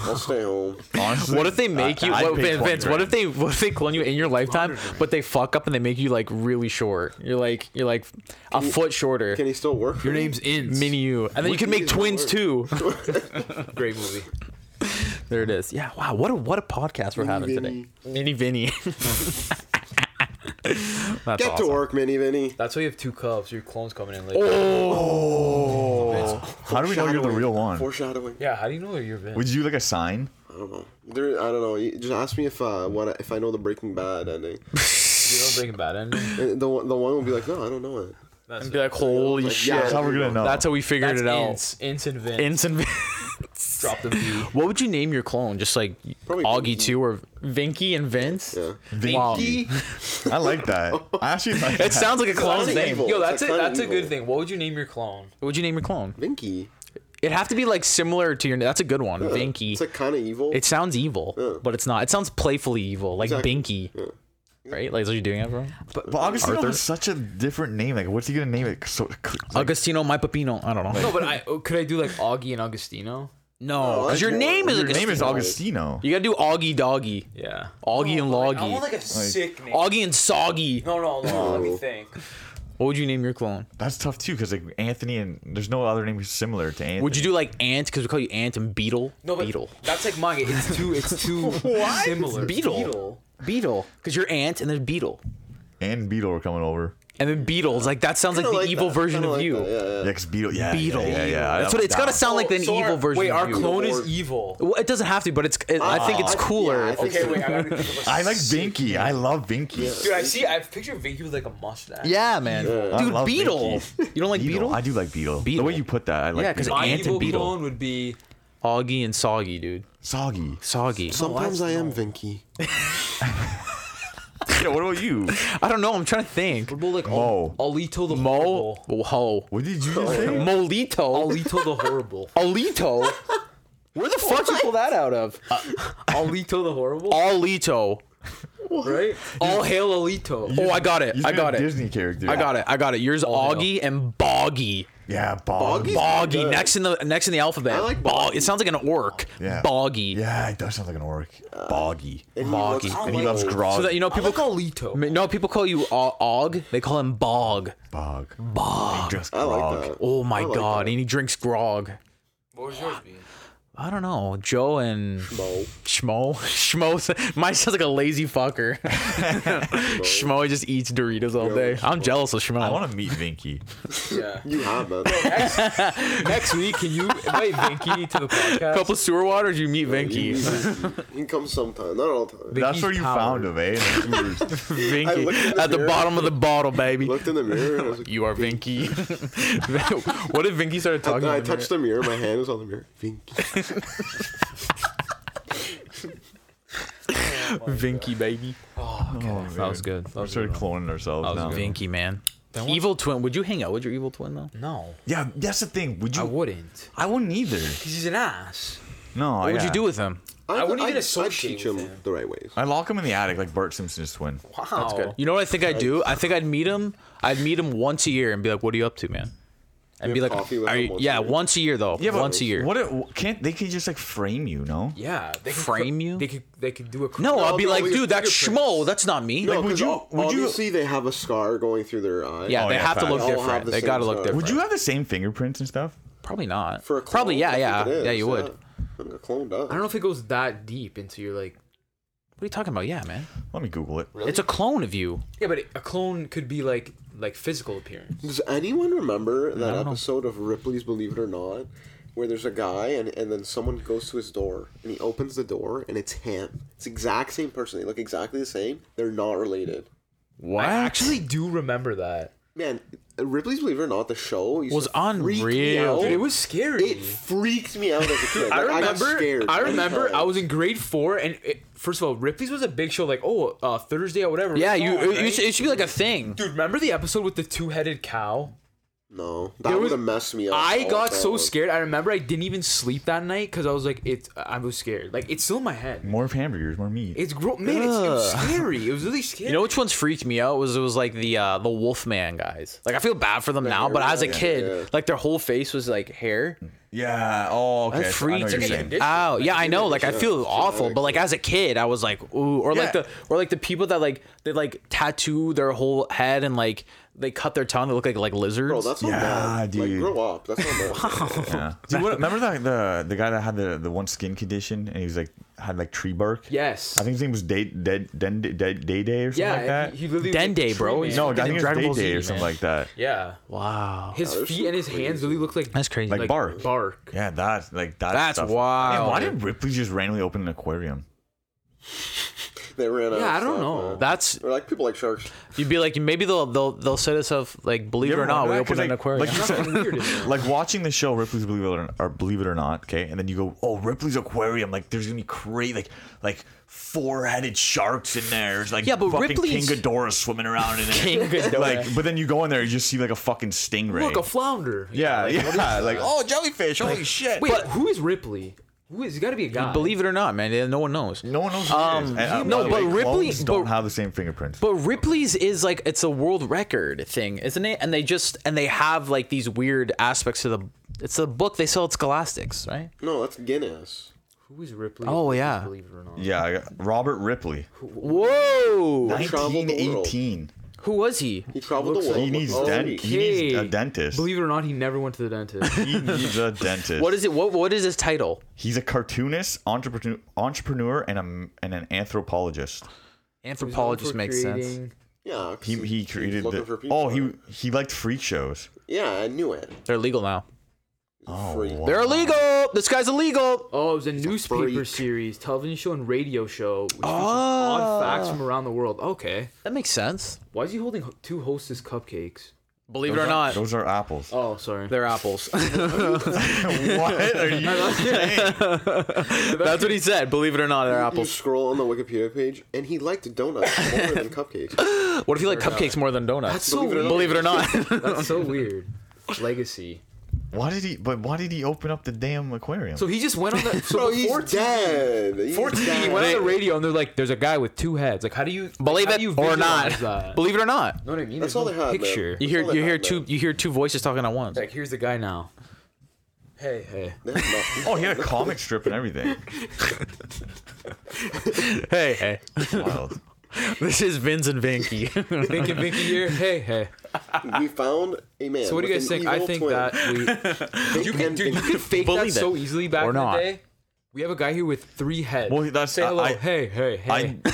I'll stay home.
Honestly,
What if they make you?
I'd
What,
pay
Vin-
20
Vince, what if
grand.
they? What if they clone you in your lifetime, but they fuck up and they make you like really short? You're like you're like a foot shorter.
Can he still work?
Your name's Inns.
Mini you, and then you
Which
can make
is the
twins
word?
too.
Great movie.
there it is. Yeah. Wow. What a what a podcast we're having today. Mini Vinny. That's
Get
awesome.
to work, Mini Vinny.
That's why you have two cubs. Your clone's coming in later.
Oh, how do we know you're the
Foreshadowing.
real one?
Foreshadowing.
Yeah, how do you know they're your Vince?
Would you like a sign?
I don't know. There, I don't know. You- Just ask me if uh, what I- if I know the Breaking Bad ending.
you know Breaking Bad ending?
And the one- the one will be like, no, I don't know it.
That's
And be like, holy
Like,
shit.
yeah,
That's how we're gonna know.
That's how we figured
That's
it out.
Inns. Inns and Vince.
Instant.
Drop the V.
Oh,
what would you name your clone? Just like
Probably
Augie
Vinky.
two or Vinky and Vince?
Yeah.
Wow.
I like that. I actually like
It
that.
sounds like a clone's
kinda
name.
evil.
What
Yo,
It's
that's
like
it.
kinda
That's a good
evil.
thing. What would you name your clone?
would you name your clone?
Vinky.
It'd have to be like similar to your. That's a good one, Vinky.
It's like kind of evil.
it sounds evil, but it's not. It sounds playfully evil, like
Exactly.
Binky, right? Like, is what you're doing, everyone?
But Augustino has such a different name. Like, what's he gonna name it? So, like,
Agostino, my Pepino. I don't know.
No, but I oh, could I do like Augie and Augustino?
No,
No,
because your
that's
name
more-
is
your
Agostino.
name is Augustino.
You gotta do Augie Doggy,
Yeah.
Augie and
I
Loggy,
want like a sick name.
Augie and Soggy.
No, no, no. Let me think.
What would you name your clone?
That's tough too, because like Anthony and there's no other name similar to Anthony.
Would you do like Ant? Because we call you Ant and Beetle.
No, but
Beetle.
that's like mine. It's too. It's too similar.
Beetle. Beetle. Because you're Ant and then Beetle.
and Beetle are coming over.
And then Beetles. Like that sounds like the
Kinda like
evil
that.
version
Kinda
of
like
you.
that, yeah, yeah.
Yeah, 'cause Beetle. Yeah,
Beetle.
Yeah, yeah, yeah.
That's what it's gotta sound like. An
Oh,
evil
our-
version
Wait,
of
our
you.
clone
Lord.
is evil.
Well, it doesn't have to, but it's. It, I think it's
I- Ah. yeah,
cooler.
I
Yeah,
think
Okay,
so.
wait. I gotta think of a
I like
sick-
Vinky. I love Vinky.
Dude, I see. I picture Vinky with like a mustache.
man.
I
Dude,
love
Beetle.
Vinky.
You don't like Beetle?
I do like Beetle.
Beetle.
The way you put that, I like.
Yeah, 'cause
because
My
Ant and
evil
Beetle.
clone would be.
Augie and Soggy, dude.
soggy.
Soggy.
Sometimes I am Vinky.
yeah, what about you?
I don't know. I'm trying to think.
What about like
Mo.
Al- Alito the
Mo.
horrible?
Ho.
What did you
Oh.
just say?
Molito.
Alito the horrible.
Alito. Where the fuck you pull that out of?
Alito the horrible.
Alito.
Right. All hail Alito.
Oh, I got it.
You
I
said
got it.
Disney character.
I got it. I got it. Yours
hail.
Augie and Boggy.
Yeah, Bog.
Boggy?
Boggy.
Good.
Next in the next in the alphabet.
I like
Bog-
Boggy.
It sounds like an orc.
Yeah.
Boggy.
Yeah, it does sound like an orc. Boggy.
And he
Boggy.
looks
And
And he
Uh,
loves
like-
grog.
So that you know people
People call Alito.
No, people call you uh, Og. They call him Bog.
Bog. Bog. He drinks
I
grog.
like that.
Oh my
like
god!
that.
And he drinks grog.
What was yours be?
I don't know. Joe and
Mo.
Schmo. Schmo. Mine sounds like a lazy fucker. Schmo just eats Doritos all day. I'm jealous of Schmo.
I want to meet Vinky.
Yeah.
You have that.
Next, next week, can you invite Vinky to the podcast?
a couple sewer waters. You meet Vinky.
He can come sometime, not all the time.
That's where you
powered.
found him, eh? That's
I looked in
Vinky
the
at the
mirror.
bottom of the bottle, baby.
Looked in the mirror and I was like,
You are Vinky. what if Vinky started talking?
and I
in the
touched the mirror. My hand was on the mirror. Vinky.
mirror? Vinky, baby. That was good. That
We're
was
sort of cloning ourselves now.
Vinky, man. Evil twin. Would you hang out with your evil twin though?
No,
Yeah, that's the thing. Would you?
I wouldn't.
I wouldn't either.
Cause he's an ass.
No.
What would you do with him?
I,
wouldn't even
I'd- I'd
associate
teach
with
him
him.
the right ways.
I lock him in the attic like Bart Simpson's twin.
Wow.
You know what I think I'd do? I think I'd meet him. I'd meet him once a year and be like, "What are you up to, man?" and
have
be like,
coffee with
are
them
you-
once a
yeah,
year.
once a year though.
Yeah, but
once a year.
What if, can't they can just like frame you? No.
Yeah, they could
Frame you?
They could they could do a
no,
No,
I'll be
no,
like,
with
dude, that's
fingerprints.
schmo. That's not me.
No,
Like,
would
'cause
you-
ob-
would you-
obviously they have a scar going through their eye.
yeah,
Oh,
they
yeah,
have to
facts.
look
They
all have
different.
the
they
same
gotta look
size.
different.
Would
Would you have the same fingerprints and stuff?
Probably not.
For a clone,
Probably,
I
yeah,
think
yeah,
it is,
yeah. You would. What
I think a clone does.
I don't know if it goes that deep into your like.
are you talking about? Yeah, man.
Let me Google it.
It's a clone of you.
Yeah, but a clone could be like like physical appearance.
Does anyone remember
I
that
don't know.
episode of Ripley's Believe It or Not, where there's a guy and, and then someone goes to his door and he opens the door and it's him. It's the exact same person. They look exactly the same. They're not related.
What?
I actually do remember that.
Man, Ripley's Believe It or Not, the show used
Was
to freak me
unreal.
out.
Dude, it was scary.
It freaked me out as a kid.
I
Like,
remember. I,
got scared every
remember.
time.
I was in grade four, and it, first of all, Ripley's was a big show. Like, oh, uh, Thursday or whatever.
Yeah,
it's
you.
on,
It,
right?
it should, it should be like a thing.
Dude, remember the episode with the two-headed cow?
no.
There
That
was-
would have messed me up.
I
all
got
the
so
time.
scared. I remember I didn't even sleep that night because I was like, it. I was scared. Like, it's still in my head.
More hamburgers, more meat.
It's gross, man. It's, it was
Ugh.
scary. It was really scary.
You know which ones freaked me out was it was like the uh, the Wolfman guys. Like I feel bad for them now, but as a
yeah,
kid,
yeah.
like their whole face was like hair.
yeah. Oh, okay.
That
so I know what
freaked
you're
me
saying.
Condition,
out.
like,
Oh, Yeah, I know. Like I feel
genetic-
awful, but like as a kid, I was like, ooh, or like
Yeah.
the or like the people that like they like tattoo their whole head and like they cut their tongue. They look like like lizards.
Bro, that's not
Yeah,
bad. Like,
dude.
grow up. That's not bad.
Yeah. Dude, what, remember the, the the guy that had the, the one skin condition and he was like had like tree bark.
Yes.
I think his name was Day Dead Dead Day Day or something
yeah,
like that.
He, he literally was,
Dende,
like,
bro.
tree man.
no, I
fucking
think it
Dragon Ball
was Day Day
Z,
or something
man.
like that.
Yeah.
wow.
His
there's
feet
some
and his hands really look like
That's crazy.
Like,
like
bark.
Bark.
Yeah, that like that.
That's
stuff.
wild.
Man, why did Ripley just randomly open an aquarium?
They ran out.
Yeah, I
of
don't
stuff,
know.
man.
That's
They're like people like sharks.
you'd be like maybe they'll they'll they'll set us up like believe
You
it
ever
or not
wonder
we
that?
opened
'Cause,
an aquarium.
like- like you said-
Nothing weird. is there.
Like watching the show Ripley's Believe It or, or Believe It or Not, okay, and then you go, oh Ripley's Aquarium, like there's gonna be crazy, like like four headed sharks in there, It's like
Yeah, but
fucking
Ripley's-
King Ghidorah swimming around in there,
King Ghidorah.
like, but then you go in there, you just see like a fucking stingray.
Look, a flounder.
yeah,
Like, what is
yeah,
that?
like oh jellyfish, holy shit.
Wait, who is Ripley? Who is? It's got to be a guy.
Believe it or not, man, yeah, no one knows.
no one knows. Who um, it is. And, uh,
no,
by the
but
way,
Ripley-
clones don't
but-
have the same fingerprints.
But Ripley's is like it's a world record thing, isn't it? And they just and they have like these weird aspects to the it's a book they sell at Scholastics, right?
No, that's Guinness.
Who is Ripley?
Oh, yeah.
Believe it or not.
yeah, I got- Robert Ripley,
Whoa!
traveled the world.
1918.
Who was he?
He traveled the world.
He needs,
oh,
dent- he needs a
Okay.
dentist.
Believe it or not, he never went to the dentist.
he needs a dentist.
What is it? What what is his title?
He's a cartoonist, entrepreneur, entrepreneur, and a, and an anthropologist.
Anthropologist
For
makes sense.
creating-
Yeah, 'cause
He he
he's
created
looking
the.
for people.
Oh, he he liked freak shows.
Yeah, I knew it.
They're illegal now.
Oh,
Freak.
wow.
They're illegal. This guy's illegal.
Oh, it was a newspaper
freak.
series, television show, and radio show, which featured odd facts from around the world. Okay.
That makes sense.
Why is he holding ho- two hostess cupcakes?
Believe it or not,
Those are apples.
Oh, sorry.
they're apples.
what are you?
That's what he said. Believe it or not, they're
You
apples.
scroll on the Wikipedia page, and he liked donuts more than cupcakes.
What if you like cupcakes more than donuts?
That's so
Believe it or
weird.
not.
Believe it or not.
That's so weird. Legacy.
Why did he? But why did he open up the damn aquarium?
So he just went on the so
Bro, he's
before TV,
dead. He's
He
dead.
went on the radio and they're like, "There's a guy with two heads." Like, how do you
Believe
how do
it
you
or not.
visualize That?
Believe it or not.
know what I mean?
That's
There's
all
no
they had, man.
Picture.
You hear
all they
you
have,
hear
man.
two you hear two voices talking at once.
Like, here's the guy now. Hey, hey.
They had
oh, he had a comic strip and everything.
Hey, hey.
Wild.
This is Vince and Vanky.
Vinky, Vinky here. Hey, hey.
nothing. we found a man.
So what do you
with
guys
an
think? I
evil
think
twin.
that we you can, dude, you could fake that
Believe it.
so easily back
Or
in the
not.
day. We have a guy here with three heads.
Well, that's-
Say hello.
I-
hey, hey, hey.
I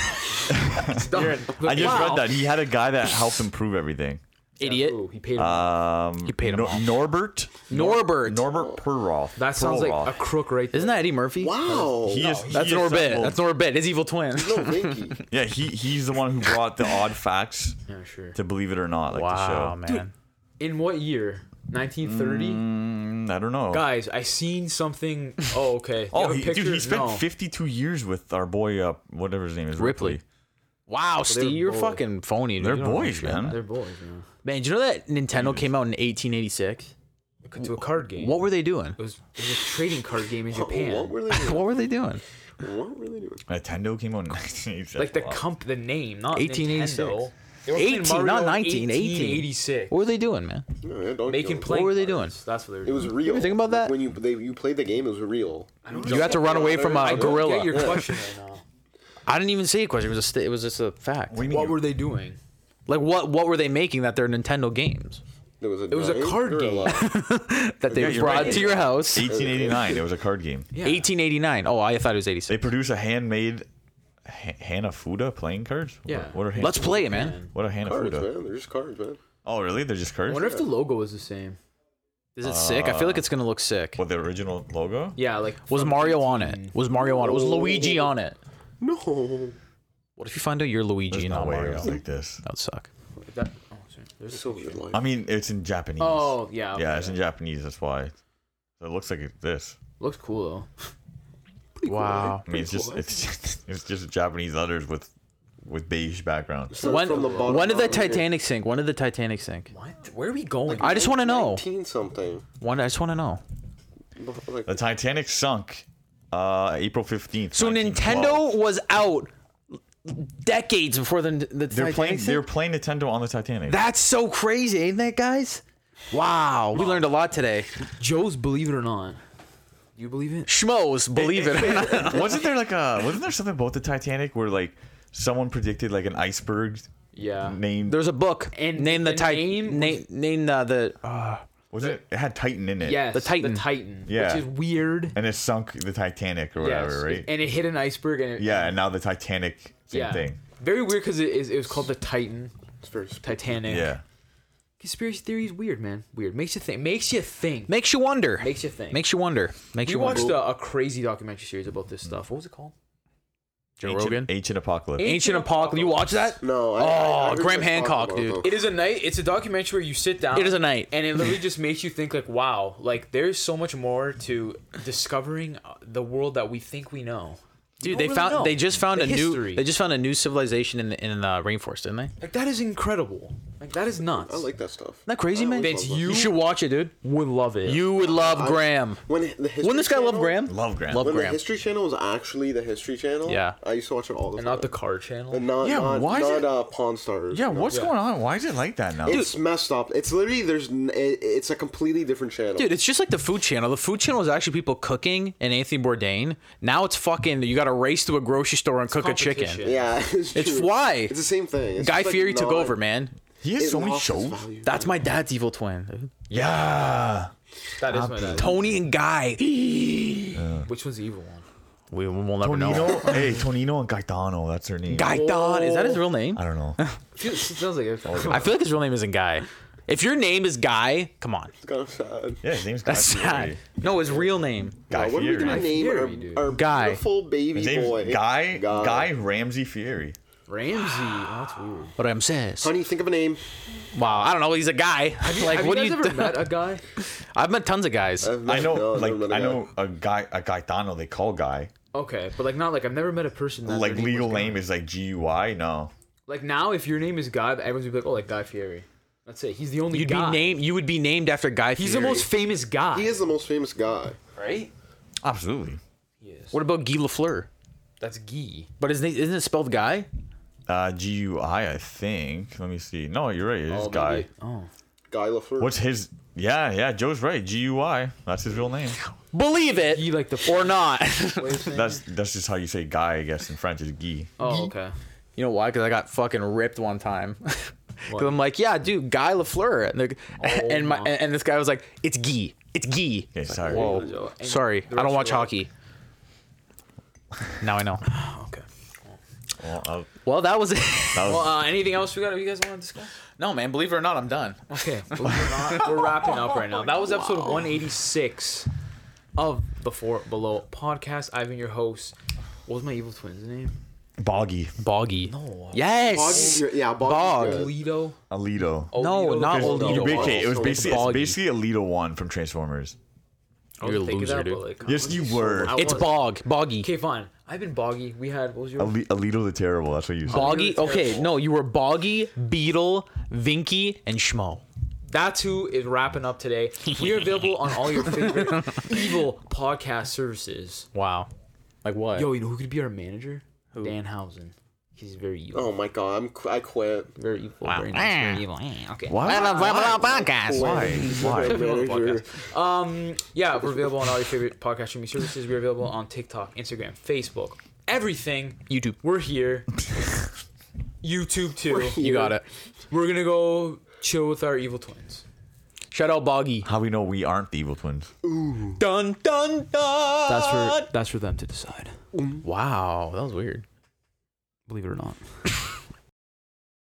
Stop.
I just
Wow.
read that he had a guy that helped improve everything.
Idiot.
Ooh, he paid him.
Um, you
paid him off.
Norbert.
Norbert.
Norbert Perroth.
that sounds like a
Perroth.
crook right there.
Isn't that Eddie Murphy?
Wow.
He is,
That's
he
Norbit.
assembled-
That's Norbit. His evil twin.
no, Vinky.
Yeah, he he's the one who brought the odd facts
Yeah, sure.
to believe it or not, like the show.
Wow, man.
In what year? 1930?
Mm, I don't know.
Guys, I seen something. Oh, okay. You
oh,
have a
he, dude,
picture?
he spent
No.
52 years with our boy, uh, whatever his name is,
Ripley.
Ripley.
Wow, Steve, you're
boys.
fucking phony. Dude.
They're
You don't know
boys,
shit. man.
man.
They're boys, man.
do you know that Nintendo came out in 1886?
To a card game.
What were they doing?
It was, it was a trading card game in Japan.
What were they doing?
What were they doing?
What were they doing?
Nintendo came out in 1987.
like the
Wow.
comp, the name, not
1886.
1886. Nintendo. They were playing
18, not
Mario
19, 18.
86.
What were they doing, man?
No, yeah, Donkey
Making
Kong.
playing
were they
cards.
doing?
That's what they were
It
doing.
was real.
think about that?
When you they, you played the game, it was real.
You had to run away from
I
a
don't get your
gorilla.
question right now.
I didn't even see a question. It was just it was just a fact.
do you mean
What
you-
were they doing?
Like what what were they making that they're Nintendo games
There was a.
was a card game.
that
Yeah,
they
you're
brought
right.
to your house?
1889. It was a card game.
Yeah.
1889. Oh, I thought it was
They
86.
produce a handmade ha- Hanafuda playing cards. What-
Yeah.
What are Han-
Let's play it, man.
What are
Cards,
Hanafuda?
man. They're just cards, man.
Oh, really? They're just
I
cards.
wonder if the logo was the same.
Is it sick? I feel like it's gonna look sick.
What the original logo?
Yeah, like
Was
from
Mario on
18.
it? Was Mario on it? Was Luigi on it?
No.
What if you find out you're Luigi
There's
and
no
not
way
Mario?
it was like this.
That would suck.
That, oh, sorry. There's a
Silver
I
line.
mean, it's in Japanese.
Oh yeah. okay.
yeah, it's in Japanese. That's why. So it looks like it's this.
Looks cool though.
Wow.
I mean, it's just it's just, it's just Japanese letters with with beige background.
Started
When,
from the bottom
when did the
up.
Titanic sink? When did the Titanic sink?
What? Where are we going?
I just want to know.
19 something.
One, I just want to know.
Like,
The Titanic sunk uh April 15th.
So Nintendo
1912.
was out decades before the, the
they're
Titanic
playing
sink?
they're playing Nintendo on the Titanic.
That's so crazy, ain't that, guys? Wow, we learned a lot today.
Joe's Believe It or Not. You believe it?
Schmoes, believe it or not.
wasn't there like a wasn't there something about the Titanic where like someone predicted like an iceberg
Yeah.
named
There's a book.
And
name the,
the
Titan.
name
Name, name uh, the.
was it it had Titan in it.
Yes.
The Titan.
The Titan.
Yeah.
Which is weird.
And it sunk the Titanic or
Yes.
whatever, right?
And it hit an iceberg and it,
yeah, and now the Titanic same
yeah.
thing.
Very weird because it is it was called the Titan.
it's very sp-
Titanic.
Yeah.
Conspiracy theory is weird, man. Weird. Makes you think. Makes you think.
Makes you wonder.
Makes you think.
Makes you wonder. Makes
we
you
watched
wonder.
a, a crazy documentary series about this stuff. What was it called?
Joe
Ancient,
Rogan.
Ancient Apocalypse.
Ancient
Ancient Apocalypse. You watch that?
No. I, I, I
Oh,
heard
Graham
you guys talk
Hancock,
about
dude.
it,
It is a night. It's a documentary where you sit down.
It is a night.
and it literally just makes you think like, wow, like there's so much more to discovering uh, the world that we think we know.
Dude,
don't
they
really
found
know.
they just found
The
a
history.
new they just found a new civilization in the, in the rainforest, didn't they? Isn't
Like that is incredible. Like that is nuts.
though. I like that stuff.
that crazy, man?
Vince, you,
You should watch it, dude.
would love it.
You would love
I-
Graham.
When the History
Wouldn't this guy love
Channel-
Graham?
Love Graham.
Love
When the
Graham.
History Channel was actually the History Channel,
Yeah.
I used to watch it all the
and
time.
not the car channel.
and not,
Yeah,
not,
why is
not
it-
uh, Pawn Stars.
Yeah,
No.
what's going on? Why is it like that now?
It's messed up. It's literally there's n- it, it's a completely different channel.
Dude, it's just like the food channel. The food channel is actually people cooking and Anthony Bourdain. Now it's fucking you got to race to a grocery store and cook a
competition.
chicken.
yeah, it's,
It's
true.
why.
it's the same thing. It's
Guy
just, like,
Fieri took
not-
over, man.
he
it
has so many
lost its
shows.
value.
That's my dad's evil twin. dude.
Yeah.
that is my dad.
Tony and Guy. we
Which one's the evil one?
we will never know.
Tonino. hey, Tonino and Gaetano. That's their name.
Guy Don. Is that his real name?
I don't know.
Dude, it sounds like it.
I feel like his real name isn't Guy. If your name is Guy, come on.
It's kind of sad.
Yeah, his name's Guy
That's
Fieri.
sad. No, his real name.
Guy
what are we
Fieri.
gonna name
Fieri,
our,
dude.
our
Guy.
beautiful baby
His name's
boy?
Guy, Guy Ramsey Fieri.
Ramsey. Oh, that's weird.
But I'm says.
Honey, think of a name.
Wow, I don't know. He's a guy. like,
Have
what
you
do
guys
you?
ever met a guy?
I've met tons of guys.
I've
I
never-
know,
Uh, no, I've
like
never met a
I
guy.
know a guy, a Gaetano. They call Guy.
Okay, but like not like I've never met a person that
Like
their was
legal
Guy.
name is like G U I. No,
Like now, if your name is Guy, everyone's gonna be like, oh, like Guy Fieri. That's it. He's the only
You'd be
guy.
named. You would be named after Guy.
He's
Fieri.
the most famous guy.
He is the most famous guy.
right.
absolutely.
Yes.
What about Guy Lafleur?
That's Guy.
But his name isn't it spelled Guy?
Uh, G U I. I think. Let me see. No, you're right. It is Guy.
maybe.
Oh.
Guy Lafleur.
What's his? Yeah, yeah. Joe's right. G U I. That's his real name.
Believe it
Guy like the.
or not.
That's that's just how you say Guy, I guess, in French. It's Guy.
Oh, okay.
you know why? Because I got fucking ripped one time. Because I'm like, yeah, dude, Guy Lafleur, and, they're- and Oh my
my.
and, and this guy was like, it's Guy, it's Guy.
Okay, sorry.
Whoa,
And
sorry,
the
I don't
rest
watch
of
hockey. now I know.
Okay.
Well, I'll-
Well, that was it.
that was-
Well, uh, anything else we got? You guys want to discuss?
no, man, believe it or not, I'm done.
Okay, believe it or not, we're wrapping up right now. That was episode 186 of Before Below podcast. I've been your host. What was my evil twin's name?
Boggy.
Boggy.
No, uh,
Yes.
Boggy, yeah,
Bog.
Boggy. good.
Alito.
Alito.
Oh,
No,
Alito
not
the
Alito.
Golden
You're
Boy.
big-
Okay, it was
So
it's
basically it's
Boggy.
basically Alito one from Transformers.
I was
You're a
thinking
loser,
that,
dude.
but, like,
Yes,
I was
you
so-
were.
I
It's
was-
Bog. Boggy.
Okay, fine. I've been boggy. We had what was your
Ali- Alito the Terrible. That's what you said.
Boggy.
You're
Okay,
terrible.
no, you were Boggy, Beetle, Vinky, and Schmo.
That's who is wrapping up today. We are available on all your favorite evil podcast services.
Wow. Like what?
Yo, you know who could be our manager? Dan Housen.
he's very evil.
Oh my god, I'm qu- I quit.
Very evil.
Wow.
Very, nice, very evil.
Ah,
Eh, Okay.
Why?
podcast.
Why? Why?
Manager.
Um, yeah, we're available on all your favorite podcast streaming services. We're available on TikTok, Instagram, Facebook, everything.
YouTube.
We're here. YouTube too. We're,
You got it.
gonna go chill with our evil twins.
Shout out Boggy.
How we know we aren't the evil twins?
Dun dun dun.
That's for that's for them to decide.
wow. That was weird.
Believe it or not.